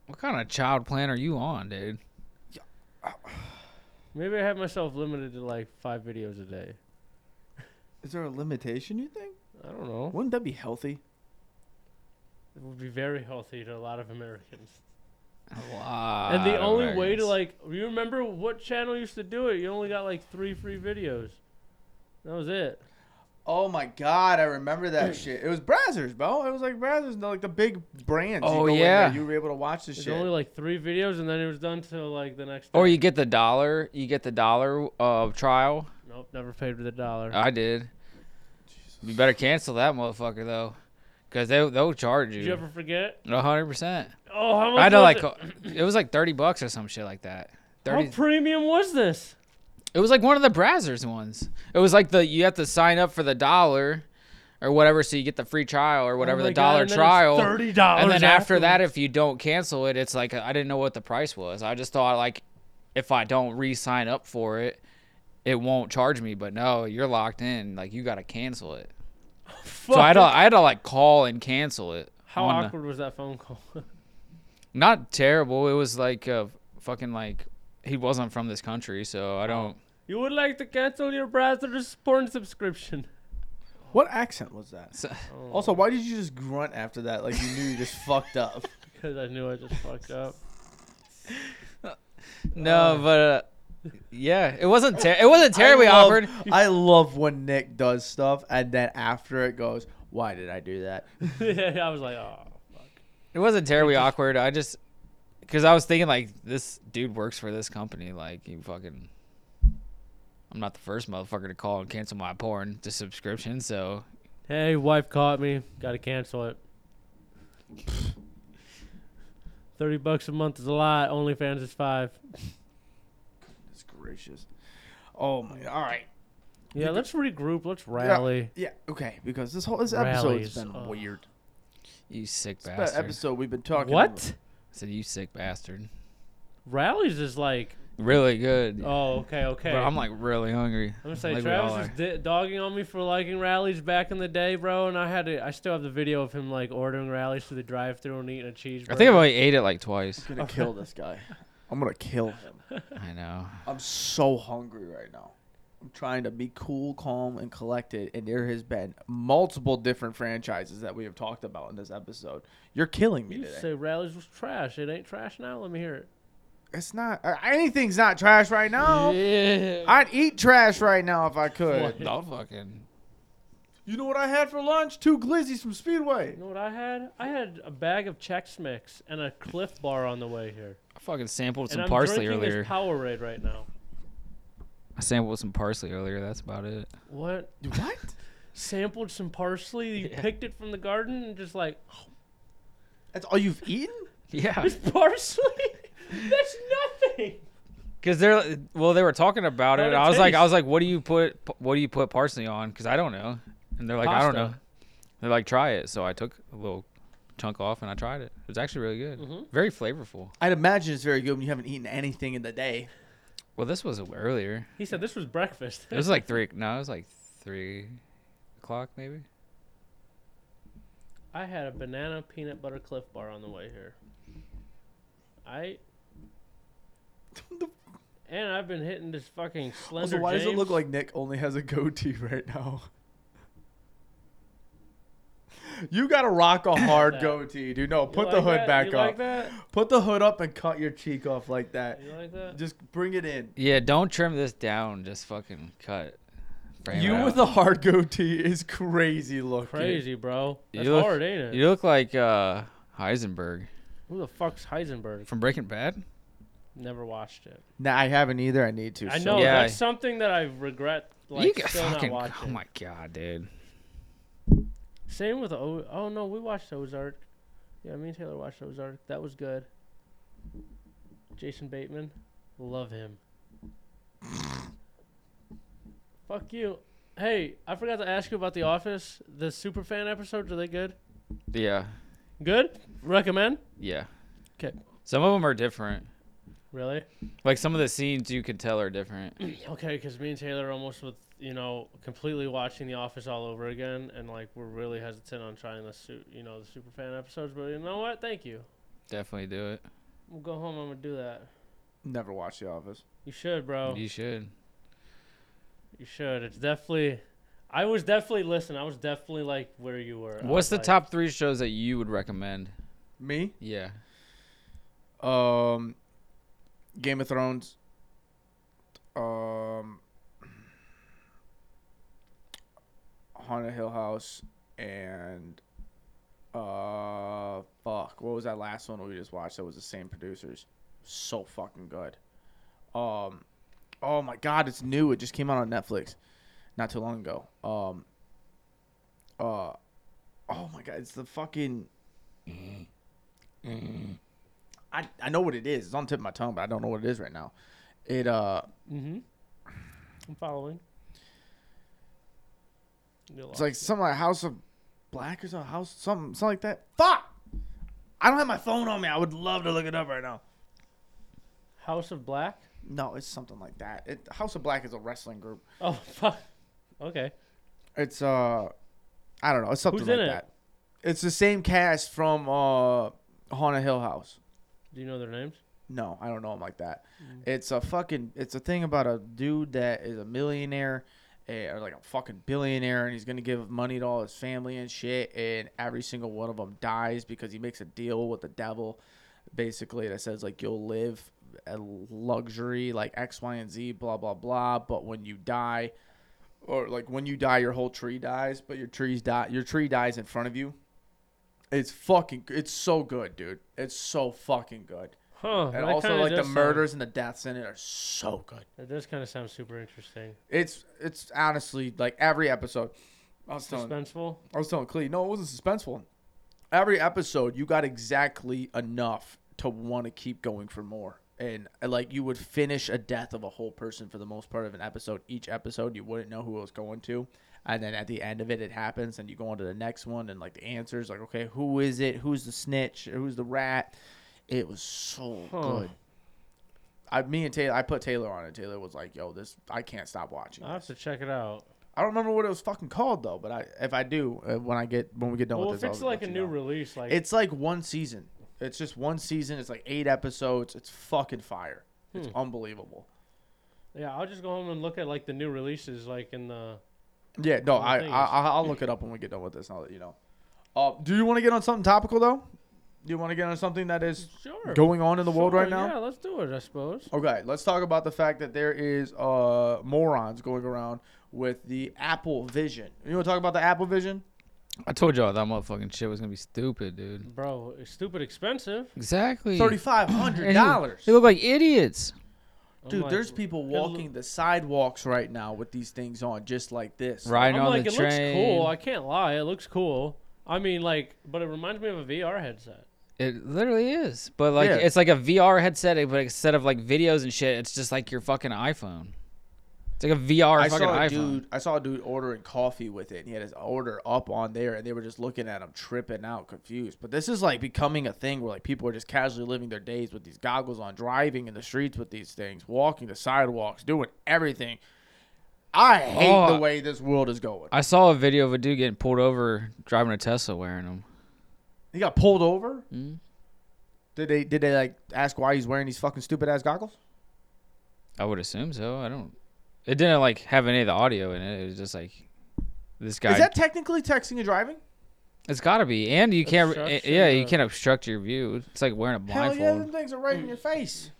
S3: What kind of child plan are you on, dude?
S4: Maybe I have myself limited to like five videos a day.
S2: Is there a limitation, you think?
S4: I don't know.
S2: Wouldn't that be healthy?
S4: It would be very healthy to a lot of Americans.
S3: And
S4: And the only way to like, you remember what channel used to do it? You only got like three free videos. That was it.
S2: Oh my god, I remember that shit. It was Brazzers, bro. It was like Brazzers, like the big brands.
S3: Oh,
S2: you go in
S3: yeah.
S2: there, you were able to watch this
S4: There's
S2: shit.
S4: only like three videos, and then it was done till like the next.
S3: Or
S4: day.
S3: you get the dollar. You get the dollar uh, trial.
S4: Nope, never paid with a dollar.
S3: I did. You better cancel that motherfucker though, because they they'll charge
S4: Did you
S3: you.
S4: ever forget?
S3: A hundred percent.
S4: Oh, how much?
S3: I know,
S4: was
S3: like
S4: it?
S3: it was like thirty bucks or some shit like that.
S4: how
S3: Thirty.
S4: premium was this?
S3: It was like one of the Brazzers ones. It was like the you have to sign up for the dollar, or whatever, so you get the free trial or whatever
S4: Oh my
S3: the
S4: God,
S3: dollar
S4: and then it's
S3: trial.
S4: $30
S3: And then after
S4: afterwards.
S3: that, if you don't cancel it, it's like I didn't know what the price was. I just thought like, if I don't re-sign up for it, it won't charge me. But no, you're locked in. Like you got to cancel it. So I had to, I had to like call and cancel it.
S4: How
S3: on the-
S4: awkward was that phone call?
S3: not terrible. It was like a fucking like he wasn't from this country, so I don't.
S4: you would like to cancel your browser's porn subscription?
S2: What accent was that?
S3: So-
S2: Also, why did you just grunt after that? Like you knew you just fucked up.
S4: Because I knew I just fucked up.
S3: No, but uh, yeah, it wasn't ter- it wasn't terribly
S2: I love-
S3: awkward.
S2: I love when Nick does stuff and then after it goes, why did I do that?
S4: yeah, I was like, oh.
S3: It wasn't terribly awkward. I just because I was thinking like this dude works for this company. Like you fucking, I'm not the first motherfucker to call and cancel my porn to subscription. So
S4: Hey, wife caught me. Got to cancel it. Thirty bucks a month is a lot. OnlyFans is five.
S2: It's gracious. Oh my! All right.
S4: Yeah, let's regroup. Let's rally.
S2: Yeah. Okay. Because this whole this episode has
S4: Rallies,
S2: been
S4: uh,
S2: weird.
S3: you sick
S2: This
S3: bastard.
S2: episode we've been talking.
S4: What?
S3: I said you sick bastard.
S4: Rallies is like,
S3: Really good.
S4: oh, okay, okay.
S3: But I'm like really hungry.
S4: I'm gonna say
S3: like we all
S4: Travis was
S3: are.
S4: di- dogging on me for liking rallies back in the day, bro. And I had to, I still have the video of him like ordering rallies through the drive-through and eating a cheeseburger.
S3: I think I've only ate it like twice.
S2: I'm gonna kill this guy. I'm gonna kill him.
S3: I know.
S2: I'm so hungry right now. I'm trying to be cool, calm, and collected. And there has been multiple different franchises that we have talked about in this episode. You're killing me
S4: you
S2: today.
S4: say rallies was trash. It ain't trash now. Let me hear it.
S2: It's not uh, anything's not trash right now.
S3: Yeah.
S2: I'd eat trash right now if I could.
S3: I'll fucking
S2: You know what I had for lunch? Two glizzies from Speedway.
S4: You know what I had? I had a bag of Chex Mix and a Cliff Bar on the way here.
S3: I fucking sampled
S4: and
S3: some
S4: I'm
S3: parsley
S4: drinking
S3: earlier.
S4: this Powerade right now.
S3: I sampled some parsley earlier. That's about it.
S4: What?
S2: What?
S4: Sampled some parsley. You
S3: Yeah.
S4: picked it from the garden and just like
S2: That's all you've eaten?
S3: Yeah,
S4: this parsley. That's nothing.
S3: because they're well, they were talking about
S4: How
S3: it.
S4: did it
S3: I was like, I
S4: taste?
S3: was like, what do you put? What do you put parsley on? Because I don't know. And they're like, I don't
S4: Pasta.
S3: know. They're like, try it. So I took a little chunk off and I tried it. It was actually really good.
S4: Mhm.
S3: Very flavorful.
S2: I'd imagine it's very good when you haven't eaten anything in the day.
S3: Well, this was earlier.
S4: He said this was breakfast.
S3: It was like three. No, it was like three o'clock maybe.
S4: I had a banana peanut butter Cliff Bar on the way here. I. And I've been hitting this fucking slender.
S2: Also, why does it look
S4: James.
S2: like Nick only has a goatee right now? You gotta rock a hard
S4: that.
S2: goatee, dude. No,
S4: You
S2: put the
S4: like
S2: hood
S4: that?
S2: back
S4: you
S2: up.
S4: Like that?
S2: Put the hood up and cut your cheek off like that.
S4: You like that?
S2: Just bring it in.
S3: Yeah, don't trim this down. Just fucking cut. Frame
S2: You
S3: it
S2: with
S3: out.
S2: a hard goatee is crazy looking.
S4: Crazy, bro.
S3: You
S4: That's
S3: look-
S4: hard, ain't it?
S3: You look like uh, Heisenberg
S4: Who the fuck's Heisenberg?
S3: from Breaking Bad.
S4: Never watched it.
S2: Nah, I haven't either. I need to.
S4: I
S2: so-
S4: know
S3: Yeah.
S4: that's something that I regret. Like
S3: you get
S4: still
S3: fucking. Oh
S4: not watching.
S3: my god, dude.
S4: Same with o- oh no, we watched Ozark. Yeah, me and Taylor watched Ozark. That was good. Jason Bateman, love him. Fuck you. Hey, I forgot to ask you about The Office. The Superfan episodes are they good?
S3: Yeah,
S4: Good. Recommend.
S3: yeah.
S4: 'Kay.
S3: Some of them are different.
S4: Really?
S3: Like some of the scenes you can tell are different.
S4: Okay, because me and Taylor are almost with you know completely watching The Office all over again, and like we're really hesitant on trying the suit you know the Superfan episodes. But you know what? Thank you.
S3: Definitely do it.
S4: We'll go home. I'm gonna do that.
S2: Never watched The Office.
S4: You should, bro.
S3: You should.
S4: You should. It's definitely. I was definitely listen. I was definitely like where you were.
S3: What's
S4: I was
S3: the
S4: like-
S3: top three shows that you would recommend?
S2: Me?
S3: Yeah.
S2: Um, Game of Thrones. Um, Haunted Hill House and uh, fuck, what was that last one we just watched? That was the same producers. So fucking good. Um, oh my god, it's new. It just came out on Netflix, not too long ago. Um, uh, oh my god, it's the fucking. I, I know what it is. It's on the tip of my tongue, but I don't know what it is right now. It uh,
S4: Mhm. I'm following. You
S2: it's
S4: lost
S2: like
S4: it.
S2: some like House of Black or something, House something, something like that. Fuck! I don't have my phone on me. I would love to look it up right now.
S4: House of Black.
S2: No, it's something like that. It, House of Black is a wrestling group.
S4: Oh fuck. Okay.
S2: It's uh, I don't know. It's something
S4: Who's
S2: like
S4: in it?
S2: that. It's the same cast from uh, Haunted Hill House.
S4: Do you know their names?
S2: No, I don't know him like that. It's a fucking. It's a thing about a dude that is a millionaire, eh, or like a fucking billionaire, and he's gonna give money to all his family and shit. And every single one of them dies because he makes a deal with the devil, basically that says like you'll live a luxury like X, Y, and Z, blah blah blah. But when you die, or like when you die, your whole tree dies, but your trees die. Your tree dies in front of you. It's fucking. It's so good, dude. It's so fucking good.
S4: Huh.
S2: And
S4: that
S2: also,
S4: kinda
S2: like the
S4: does sound-
S2: murders and the deaths in it are so good.
S4: That does kind of sound super interesting.
S2: It's it's honestly like every episode. I was telling
S4: Suspenseful.
S2: I was telling Clee, no, it wasn't suspenseful. Every episode, you got exactly enough to want to keep going for more, and uh, like you would finish a death of a whole person for the most part of an episode. Each episode, you wouldn't know who it was going to, and then at the end of it, it happens, and you go on to the next one, and like the answers, like okay, who is it? Who's the snitch? Who's the rat? It was so
S4: Huh.
S2: good. I, me and Taylor, I put Taylor on it. Taylor was like, "Yo, this, I can't stop watching."
S4: I will
S2: this."
S4: have to check it out.
S2: I don't remember what it was fucking called though, but I if I do uh, when I get when we get done
S4: Well,
S2: with
S4: if
S2: this,
S4: it's
S2: I'll
S4: like a
S2: let you
S4: new
S2: know.
S4: release, like
S2: It's like one season. It's just one season. It's like eight episodes. It's fucking fire. It's
S4: Hmm.
S2: unbelievable.
S4: yeah, I'll just go home and look at like the new releases, like in the.
S2: Yeah, no,
S4: Well, the
S2: I,
S4: thing
S2: I
S4: is-
S2: I- I'll look it up when we get done with this. And I'll let you know. Uh, do you want to get on something topical though? Do you want to get on something that is
S4: Sure.
S2: going on in the world right
S4: Sure,
S2: now?
S4: Yeah, let's do it. I suppose.
S2: Okay, let's talk about the fact that there is uh morons going around with the Apple Vision. You want to talk about the Apple Vision?
S3: I told y'all that motherfucking shit was gonna be stupid, dude.
S4: Bro, it's stupid expensive.
S3: Exactly.
S2: Thirty five
S3: And
S2: hundred
S3: you-
S2: dollars.
S3: They look like idiots.
S4: I'm
S2: Dude,
S4: like,
S2: there's people
S4: it loo-
S2: walking the sidewalks right now with these things on, just like this.
S3: Riding
S4: I'm
S3: on
S4: like,
S3: the
S4: it
S3: train.
S4: looks cool. I can't lie, it looks cool. I mean, like, but it reminds me of a VR headset.
S3: It literally is, but like
S2: Yeah.
S3: it's like a VR headset, but instead of like videos and shit, it's just like your fucking iPhone. It's like a VR
S2: I
S3: fucking
S2: saw a
S3: iPhone.
S2: dude. I saw a dude ordering coffee with it, and he had his order up on there, and they were just looking at him, tripping out, confused. But this is like becoming a thing where like people are just casually living their days with these goggles on, driving in the streets with these things, walking the sidewalks, doing everything. I hate
S3: Oh.
S2: the way this world is going.
S3: I saw a video of a dude getting pulled over driving a Tesla wearing them.
S2: He got pulled over.
S3: Mm.
S2: Did they? Did they like ask why he's wearing these fucking stupid ass goggles?
S3: I would assume so. I don't. It didn't like have any of the audio in it. It was just like this guy.
S2: Is that technically texting and driving?
S3: it's gotta be, and you can't. eh,
S4: Obstruction
S3: Yeah, you
S4: of-
S3: can't obstruct your view. It's like wearing a
S2: Hell yeah,
S3: blindfold.
S2: them things are right in your face.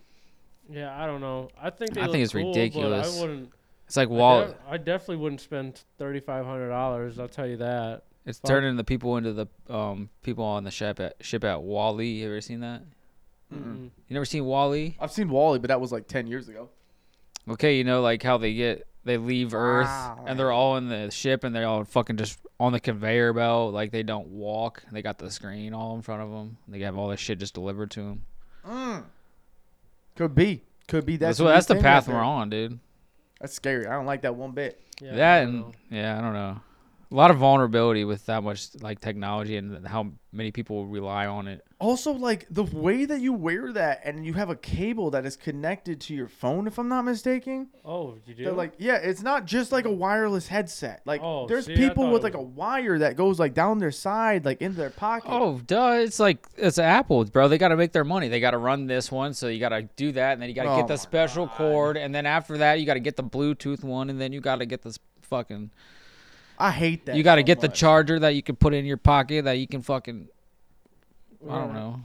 S4: Yeah, I don't know. I think they
S3: I
S4: look
S3: think it's
S4: cool, but
S3: ridiculous.
S4: I wouldn't.
S3: It's like
S4: I
S3: wall.
S4: def- I definitely wouldn't spend thirty five hundred dollars. I'll tell you that.
S3: It's
S4: Fuck.
S3: turning the people into the um people on the ship at ship at Wally. You ever seen that?
S4: Mm-mm.
S3: You never seen Wally?
S2: I've seen Wally, but that was like ten years ago.
S3: Okay, you know like how they get they leave Earth and they're all in the ship and they're all fucking just on the conveyor belt like they don't walk. They got the screen all in front of them. They have all this shit just delivered to them.
S2: Mm. Could be. Could be.
S3: That's
S2: That's
S3: what
S2: a
S3: that's
S2: new
S3: the
S2: thing right
S3: path
S2: there.
S3: we're on, dude.
S2: That's scary. I don't like that one bit.
S4: Yeah, I
S3: that
S4: don't
S3: and
S4: know.
S3: yeah, I don't know. A lot of vulnerability with that much like technology and how many people rely on it.
S2: Also, like the way that you wear that, and you have a cable that is connected to your phone, if I'm not mistaken.
S4: oh, you do.
S2: They're like, yeah, it's not just like a wireless headset. Like,
S4: Oh,
S2: there's
S4: see, I
S2: people
S4: thought
S2: with
S4: it
S2: like a
S4: was-
S2: wire that goes like down their side, like into their pocket.
S3: Oh, duh! It's like it's Apple, bro. They got to make their money. They got to run this one, so you got to do that, and then you got to
S2: Oh
S3: get
S2: my
S3: the special cord, and then after that, you got to get the Bluetooth one, and then you got to get this fucking.
S2: I hate that.
S3: you got to
S2: so
S3: get the
S2: much.
S3: charger that you can put in your pocket that you can fucking. I
S4: Yeah.
S3: don't know.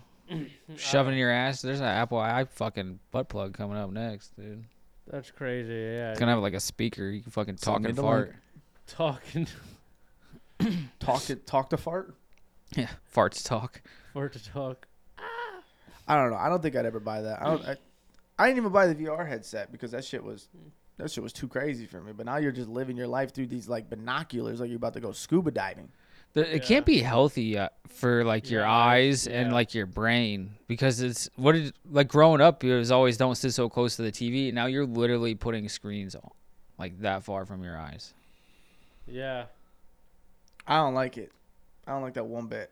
S3: Shove in your ass. There's an Apple i fucking butt plug coming up next, dude.
S4: That's crazy. Yeah,
S3: It's gonna have like a speaker. You can fucking talk
S2: Something
S3: and
S2: to like.
S3: fart.
S4: talking
S2: talk to talk to fart.
S3: Yeah, farts talk.
S4: for it to talk.
S2: I don't know. I don't think I'd ever buy that. I don't. I, I didn't even buy the VR headset because that shit was that shit was too crazy for me. But now you're just living your life through these like binoculars, like you're about to go scuba diving.
S3: The, It can't be healthy uh, for like your
S4: Your
S3: eyes
S4: eyes,
S3: and
S4: yeah.
S3: like your brain because it's what did like growing up it was always don't sit so close to the TV. Now you're literally putting screens on like that far from your eyes.
S4: Yeah,
S2: I don't like it. I don't like that one bit.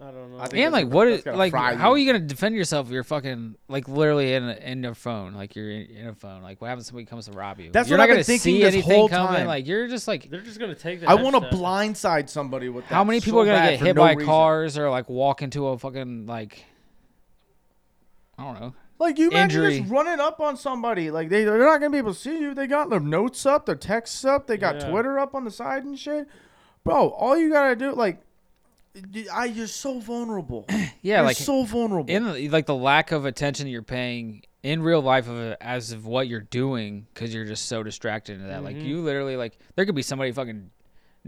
S4: I don't know.
S2: I think- that's
S3: And like
S2: gonna-
S3: what
S2: that's
S3: is
S2: gonna
S3: like
S2: fry
S3: how
S2: you.
S3: are you gonna defend yourself? If you're fucking like literally in a, in a phone like you're in, in a phone. Like what happens if somebody comes to rob you?
S2: That's
S3: you're
S2: what I've
S3: not
S2: been
S3: gonna
S2: thinking
S3: see
S2: this
S3: anything
S2: whole
S3: coming.
S2: time.
S3: Like you're just like
S4: they're just gonna take that.
S2: I want to
S4: headset.
S2: blindside somebody with that.
S3: how many people
S2: so
S3: are gonna
S2: bad
S3: get
S2: for
S3: hit
S2: no
S3: by
S2: reason.
S3: cars or like walk into a fucking like I don't know.
S2: Like you imagine
S3: Injury.
S2: just running up on somebody. Like they they're not gonna be able to see you. They got their notes up, their texts up, they got
S4: Yeah.
S2: Twitter up on the side and shit. Bro, all you gotta do like, y- I you're so vulnerable.
S3: Yeah,
S2: you're
S3: like
S2: so vulnerable.
S3: in the- like the lack of attention you're paying in real life of it as of what you're doing because you're just so distracted into that. Like
S2: Mm-hmm.
S3: you literally like there could be somebody fucking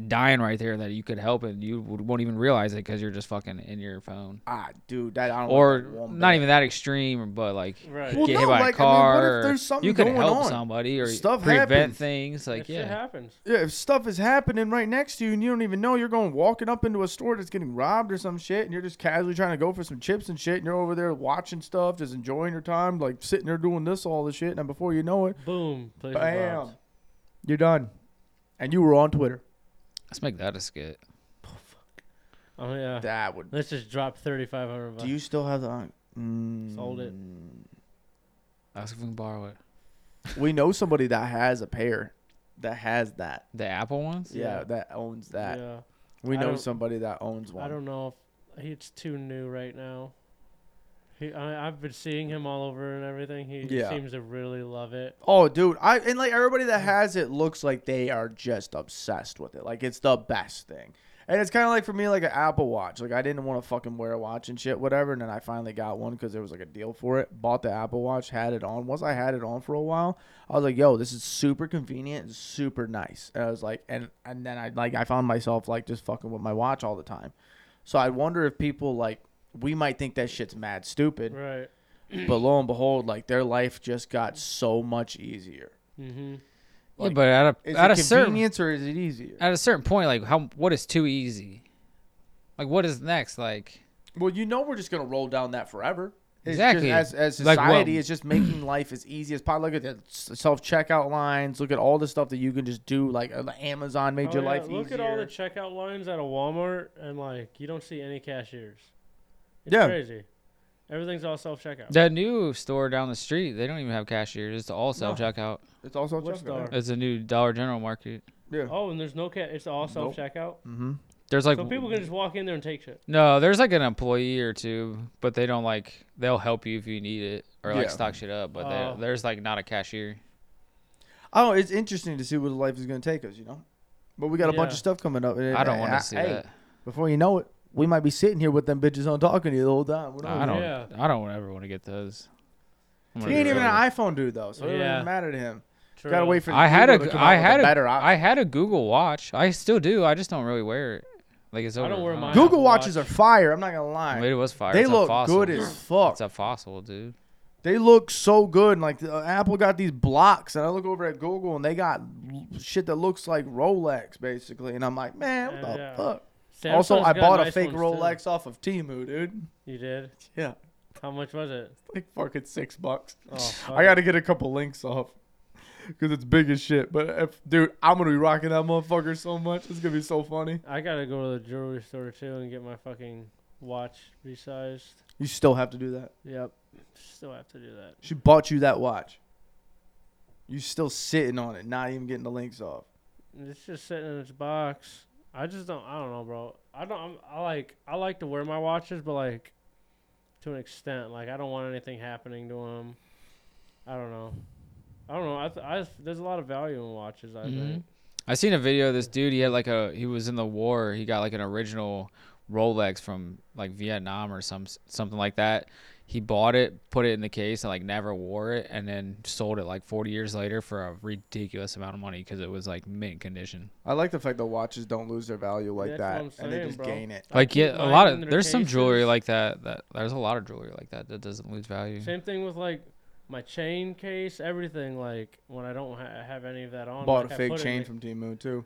S3: dying right there that you could help and you would, won't even realize it because you're just fucking in your phone.
S2: ah, dude, that I don't. like
S3: Or
S2: that one
S3: not
S2: bit.
S3: even that extreme, but like
S4: Right.
S2: Well,
S3: get
S2: no,
S3: hit by
S2: like, I mean, what
S3: a car.
S2: if there's
S3: or
S2: something
S3: you could
S2: going
S3: help
S2: on?
S3: somebody or
S2: Stuff
S3: prevent
S2: happens.
S3: things. Like
S4: That shit
S3: yeah,
S4: happens.
S2: Yeah, if stuff is happening right next to you and you don't even know, you're going walking up into a store that's getting robbed or some shit, and you're just casually trying to go for some chips and shit, and you're over there watching stuff, just enjoying your time, like sitting there doing this all this shit, and then before you know it,
S4: Boom. place is
S2: bam,
S4: robbed.
S2: you're done. And you were on Twitter.
S3: let's make that a skit.
S4: Oh yeah.
S2: That would.
S4: Let's just drop thirty five hundred bucks.
S2: Do you still have the? Mm,
S4: Sold it.
S3: Ask if we can borrow it.
S2: We know somebody that has a pair, that has that.
S3: The Apple ones.
S2: Yeah,
S4: Yeah.
S2: that owns that.
S4: Yeah.
S2: We
S4: I
S2: know
S4: don't-
S2: somebody that owns one.
S4: I don't know if he's too new right now. He, I, I've been seeing him all over and everything. He
S2: Yeah.
S4: seems to really love it.
S2: Oh, dude! I and like everybody that has it looks like they are just obsessed with it. Like it's the best thing. And it's kind of like for me, like an Apple Watch. Like I didn't want to fucking wear a watch and shit, whatever. And then I finally got one because there was like a deal for it. Bought the Apple Watch, had it on. Once I had it on for a while, I was like, "Yo, this is super convenient, and super nice." And I was like, and and then I like I found myself like just fucking with my watch all the time. So I wonder if people like we might think that shit's mad stupid,
S4: Right.
S2: but lo and behold, like their life just got so much easier.
S4: Mm-hmm.
S3: Yeah,
S2: Like,
S3: but at
S2: Is
S3: a at a
S2: it
S3: certain
S2: convenience or is it easier?
S3: at a certain point, like how what is too easy? Like what is next? Like
S2: Well, you know we're just gonna roll down that forever. It's
S3: Exactly.
S2: Just, as as
S3: Like, well-
S2: society, it's just making life as easy as possible. Look at the self checkout lines. Look at all the stuff that you can just do. Like uh, Amazon made
S4: Oh,
S2: your
S4: yeah,
S2: life
S4: Look
S2: easier.
S4: at all the checkout lines at a Walmart, and like you don't see any cashiers. It's
S2: Yeah.
S4: crazy. Everything's all self checkout.
S3: that new store down the street, they don't even have cashiers. It's all self checkout.
S2: it's all self
S4: What's
S2: checkout.
S4: the-
S3: It's a new Dollar General market.
S2: Yeah.
S4: Oh, and there's no ca- It's all self checkout.
S2: Mm-hmm.
S3: There's like
S4: So people can just walk in there and take shit.
S3: no, there's like an employee or two, but they don't like they'll help you if you need it or like
S2: Yeah.
S3: stock shit up. But
S4: Oh.
S3: they, there's like not a cashier.
S2: Oh, it's interesting to see where the life is gonna take us. You know, but we got a bunch
S4: Yeah.
S2: of stuff coming up.
S3: I don't want
S2: I-
S3: to see
S2: hey,
S3: that.
S2: Before you know it, we might be sitting here with them bitches on talking to you the whole time. We don't
S3: I
S2: even-
S3: don't.
S4: Yeah.
S3: I don't ever want to get those. I'm gonna
S2: He
S3: be
S2: ain't even
S3: real.
S2: an iPhone dude though, so it doesn't
S4: Yeah.
S2: even matter to him.
S4: True.
S2: Gotta wait for.
S3: I had
S2: Google to
S3: a
S2: come out
S3: I
S2: with
S3: had a,
S2: better option.
S3: I had a Google Watch. I still do. I just don't really wear it. Like it's
S4: I
S3: over.
S4: don't wear mine.
S3: know.
S2: Google
S4: Apple
S2: watches
S4: Watch.
S2: are fire. I'm not gonna lie.
S3: It was fire.
S2: They
S3: It's a
S2: look
S3: fossil.
S2: good as fuck.
S3: It's a fossil, dude.
S2: They look so good. and, Like the, Apple got these blocks, and I look over at Google, and they got l- shit that looks like Rolex, basically. And I'm like, man, what the
S4: Yeah.
S2: fuck?
S4: Samsung's
S2: also, I
S4: got
S2: bought a
S4: nice
S2: fake
S4: ones, too.
S2: Rolex off of Timu, dude.
S4: You did?
S2: Yeah,
S4: How much was it?
S2: like fucking six bucks.
S4: Oh, fuck
S2: I
S4: it.
S2: got to get a couple links off because it's big as shit. But if, dude, I'm gonna be rocking that motherfucker so much, it's gonna be so funny.
S4: I gotta go to the jewelry store too and get my fucking watch resized.
S2: You still have to do that.
S4: Yep. Still have to do that.
S2: She bought you that watch. You still sitting on it, not even getting the links off.
S4: It's just sitting in its box. I just don't. I don't know, bro. I don't. I'm, I like. I like to wear my watches, but like, to an extent, like I don't want anything happening to them. I don't know. I don't know. I, th- I th- there's a lot of value in watches. I
S3: Mm-hmm.
S4: think.
S3: I seen a video of this dude. He had like a he was in the war. He got like an original Rolex from like Vietnam or some something like that. He bought it, put it in the case, and like never wore it, and then sold it like 40 years later for a ridiculous amount of money because it was like mint condition.
S2: I like the fact that watches don't lose their value like
S4: That's
S2: that,
S4: what I'm
S2: and they
S4: saying,
S2: just
S4: bro.
S2: gain it.
S4: I
S3: Like
S4: keep
S3: yeah, a
S4: mine
S3: lot
S4: in
S3: of
S4: their
S3: there's some jewelry
S4: cases.
S3: like that that there's a lot of jewelry like that that doesn't lose value.
S4: Same thing with like my chain case, everything. Like when I don't ha- have any of that on.
S2: Bought
S4: like,
S2: a
S4: I
S2: fake
S4: put it in
S2: chain
S4: the-
S2: from Timu too.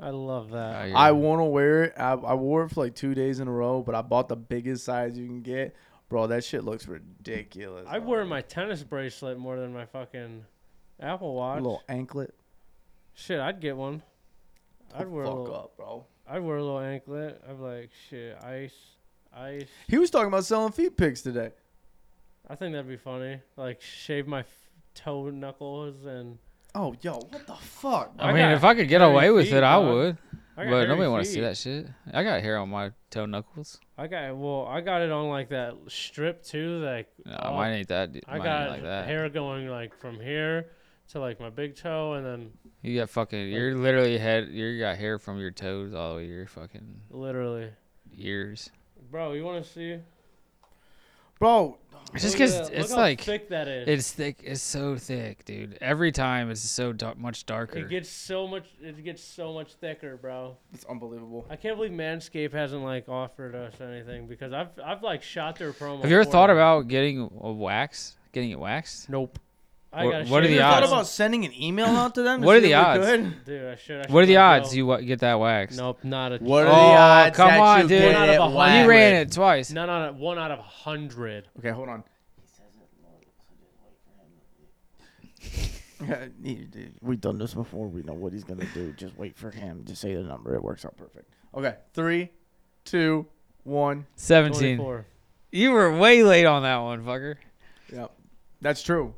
S4: I love that.
S3: I,
S2: I want to wear it. I, I wore it for like two days in a row, but I bought the biggest size you can get, bro. That shit looks ridiculous.
S4: I
S2: on
S4: wear
S2: me.
S4: my tennis bracelet more than my fucking Apple Watch.
S2: little anklet.
S4: Shit, I'd get one. I'd
S2: Oh,
S4: wear a
S2: fuck
S4: little-
S2: up, bro.
S4: I'd wear a little anklet. I'd be like, shit, ice, ice.
S2: He was talking about selling feet pics today.
S4: I think that'd be funny. Like, shave my f- toe knuckles and.
S2: Oh, yo, what the fuck?
S3: I
S4: I
S3: mean,
S4: got
S3: if I could get
S4: hairy
S3: away with
S4: feet,
S3: it, I
S4: dog.
S3: would.
S4: I
S3: But
S4: got hairy
S3: nobody want to see
S4: feet.
S3: that shit. I got hair on my toe knuckles.
S4: I got well. I got it on like that strip too. Like
S3: No,
S4: Oh,
S3: mine ain't that. d-
S4: I
S3: mine
S4: got
S3: ain't like that.
S4: hair going like from here to like my big toe, and then
S3: You got fucking. You're literally head. You got hair from your toes all the way to your fucking
S4: literally,
S3: ears.
S4: bro. You want to see?
S2: Bro,
S3: It's just
S4: Look at
S3: 'cause
S4: that. Look
S3: it's
S4: how
S3: like
S4: thick that is.
S3: it's thick. It's so thick, dude. Every time it's so dar- much darker.
S4: It gets so much. It gets so much thicker, bro.
S2: it's unbelievable.
S4: I can't believe Manscaped hasn't like offered us anything because I've I've like shot their promo.
S3: Have you ever
S4: for
S3: thought
S4: them.
S3: about getting a wax? Getting it waxed?
S4: Nope. I
S3: Wha-
S4: gotta
S3: what are
S4: shave
S3: the
S2: you
S4: it
S2: thought
S4: off.
S3: odds?
S2: about sending an email out to them? to
S3: What are
S2: see
S3: the
S2: if we
S3: odds?
S2: could?
S4: Dude, I should. I should
S3: What are the
S4: let
S3: odds
S4: go.
S3: you wa- get that waxed?
S4: Nope, not a.
S2: What are
S3: Oh,
S2: the odds
S3: come
S2: that
S3: on,
S2: you
S3: dude.
S2: get
S4: Out of
S2: it
S4: a
S2: whacked?
S4: hundred.
S3: You ran it twice.
S4: Not on a one out of a hundred.
S2: Okay, hold on. Yeah, he- he- We've done this before. We know what he's gonna do. Just wait for him. Just say the number. It works out perfect. Okay, three, two, one.
S3: Seventeen.
S4: 24.
S3: You were way late on that one, fucker.
S2: Yep, that's true.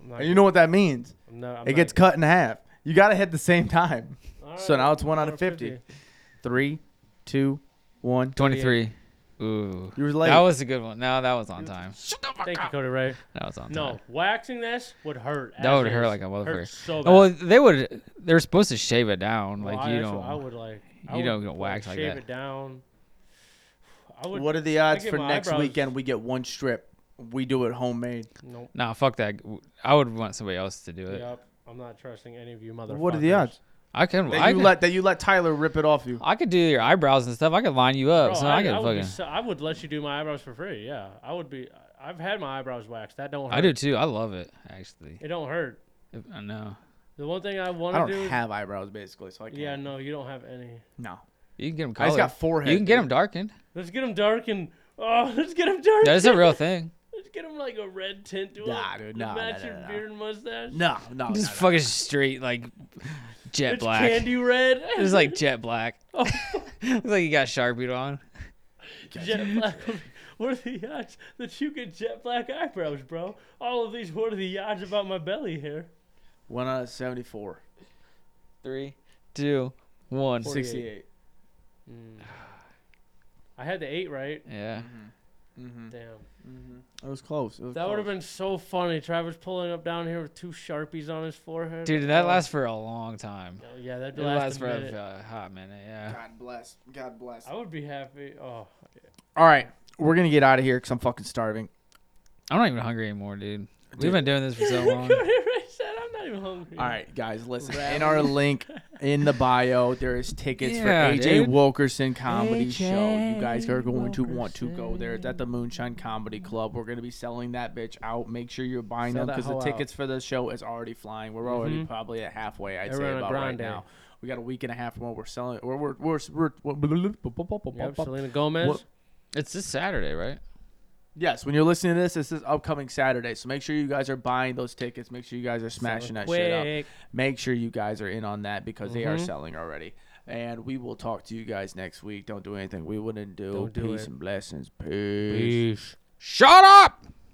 S4: I'm not,
S2: And you know what that means?
S4: I'm not, I'm
S2: it
S4: not-
S2: gets cut in half. You gotta hit the same time.
S4: All
S2: So
S4: right,
S2: now it's one out
S4: one
S2: of fifty. Three, two, one.
S3: Twenty-three. Ooh.
S2: You were late.
S3: That was a good one. No, that was on time.
S4: Thank you, Cody Ray.
S3: That was on time.
S4: No, waxing this would hurt.
S3: That
S4: as
S3: would hurt
S4: is.
S3: like a motherfucker.
S4: Hurts so bad.
S3: Well, they would. They're supposed to shave it down.
S4: Well,
S3: Like
S4: I,
S3: you
S4: that's what
S3: don't.
S4: I would like. I
S3: you
S4: would,
S3: don't get waxed like
S4: shave
S3: that.
S4: it down. I would.
S2: what are the odds
S4: get
S2: for
S4: my
S2: next
S4: eyebrows-
S2: weekend we get one strip? We do it homemade.
S4: Nope.
S3: Nah, fuck that. I would want somebody else to do it.
S4: Yep. I'm not trusting any of you motherfuckers.
S2: What are the odds?
S3: I can.
S2: That
S3: I
S2: you
S3: can,
S2: let that you let Tyler rip it off you.
S3: I could do your eyebrows and stuff. I could line you up.
S4: Bro,
S3: so I,
S4: I,
S3: could
S4: I would be
S3: fucking.
S4: so- I would let you do my eyebrows for free. Yeah, I would be. I've had my eyebrows waxed. That don't. Hurt.
S3: I do too. I love it actually.
S4: It don't hurt.
S3: If- I know.
S4: The one thing I
S2: I
S4: want
S2: don't
S4: to do.
S2: have eyebrows basically, so I can't.
S4: yeah, no, you don't have any.
S2: no.
S3: You can get them
S2: I
S3: colored.
S2: just got forehead.
S3: you can get
S2: dude.
S3: them darkened.
S4: Let's get them dark and oh, let's get them dark.
S3: That is a real thing.
S4: Let's get them like a red tint to 'em.
S2: Nah, dude, nah, nah,
S4: match
S2: nah,
S4: your
S2: nah, nah.
S4: beard and mustache.
S2: No, no,
S4: Oh,
S2: no,
S3: Just
S2: no.
S3: fucking straight like jet
S4: it's
S3: black.
S4: candy red.
S3: It's like jet black.
S4: Oh.
S3: Looks like you got sharpie on.
S4: jet black. What are the odds that you get jet black eyebrows, bro? All of these. What are the odds about my belly hair?
S2: One out of seventy-four.
S3: Three, two, one.
S4: Forty.
S2: 68.
S4: I had the eight right.
S3: Yeah.
S4: Damn.
S2: It Mm-hmm. was close. It was
S4: That would have
S2: close.
S4: been so funny. Travis pulling up down here with two sharpies on his forehead.
S3: Dude, that
S4: Oh,
S3: lasts for a long time.
S4: Yeah, that
S3: It lasts
S4: last
S3: for
S4: minute.
S3: a uh, hot minute. Yeah.
S2: God bless. God bless.
S4: I would be happy. Oh,
S2: All right, we're gonna get out of here because I'm fucking starving.
S3: I'm not even hungry anymore, dude. We've
S2: Dude.
S3: been doing this for so long.
S4: Cody Ray said, "I'm not even hungry."
S2: All right, guys, listen. In our link in the bio, there is tickets
S3: Yeah,
S2: for AJ
S3: dude.
S2: Wilkerson comedy show. You guys
S3: AJ
S2: are going to want to go there. It's at the Moonshine Comedy Club. We're gonna be selling that bitch out. Make sure you're buying
S4: Sell
S2: them
S4: that
S2: because the
S4: hoe out.
S2: tickets for the show is already flying. We're already
S4: Mhm.
S2: probably at halfway. I'd
S4: Everyone
S2: say
S4: on
S2: about right
S4: Grande.
S2: now. We got a week and a half more. We're selling. We're we're we're. we're, we're
S4: Yep, Selena Gomez.
S2: What-
S3: It's this Saturday, right?
S2: Yes, when you're listening to this, this is upcoming Saturday. So make sure you guys are buying those tickets. Make sure you guys are smashing that shit up.
S4: Quick.
S2: Make sure you guys are in on that because they are
S4: Mhm.
S2: selling already. And we will talk to you guys next week. Don't do anything we wouldn't do.
S4: Don't do
S2: Peace
S4: it.
S2: and blessings.
S4: Peace.
S3: Shut up!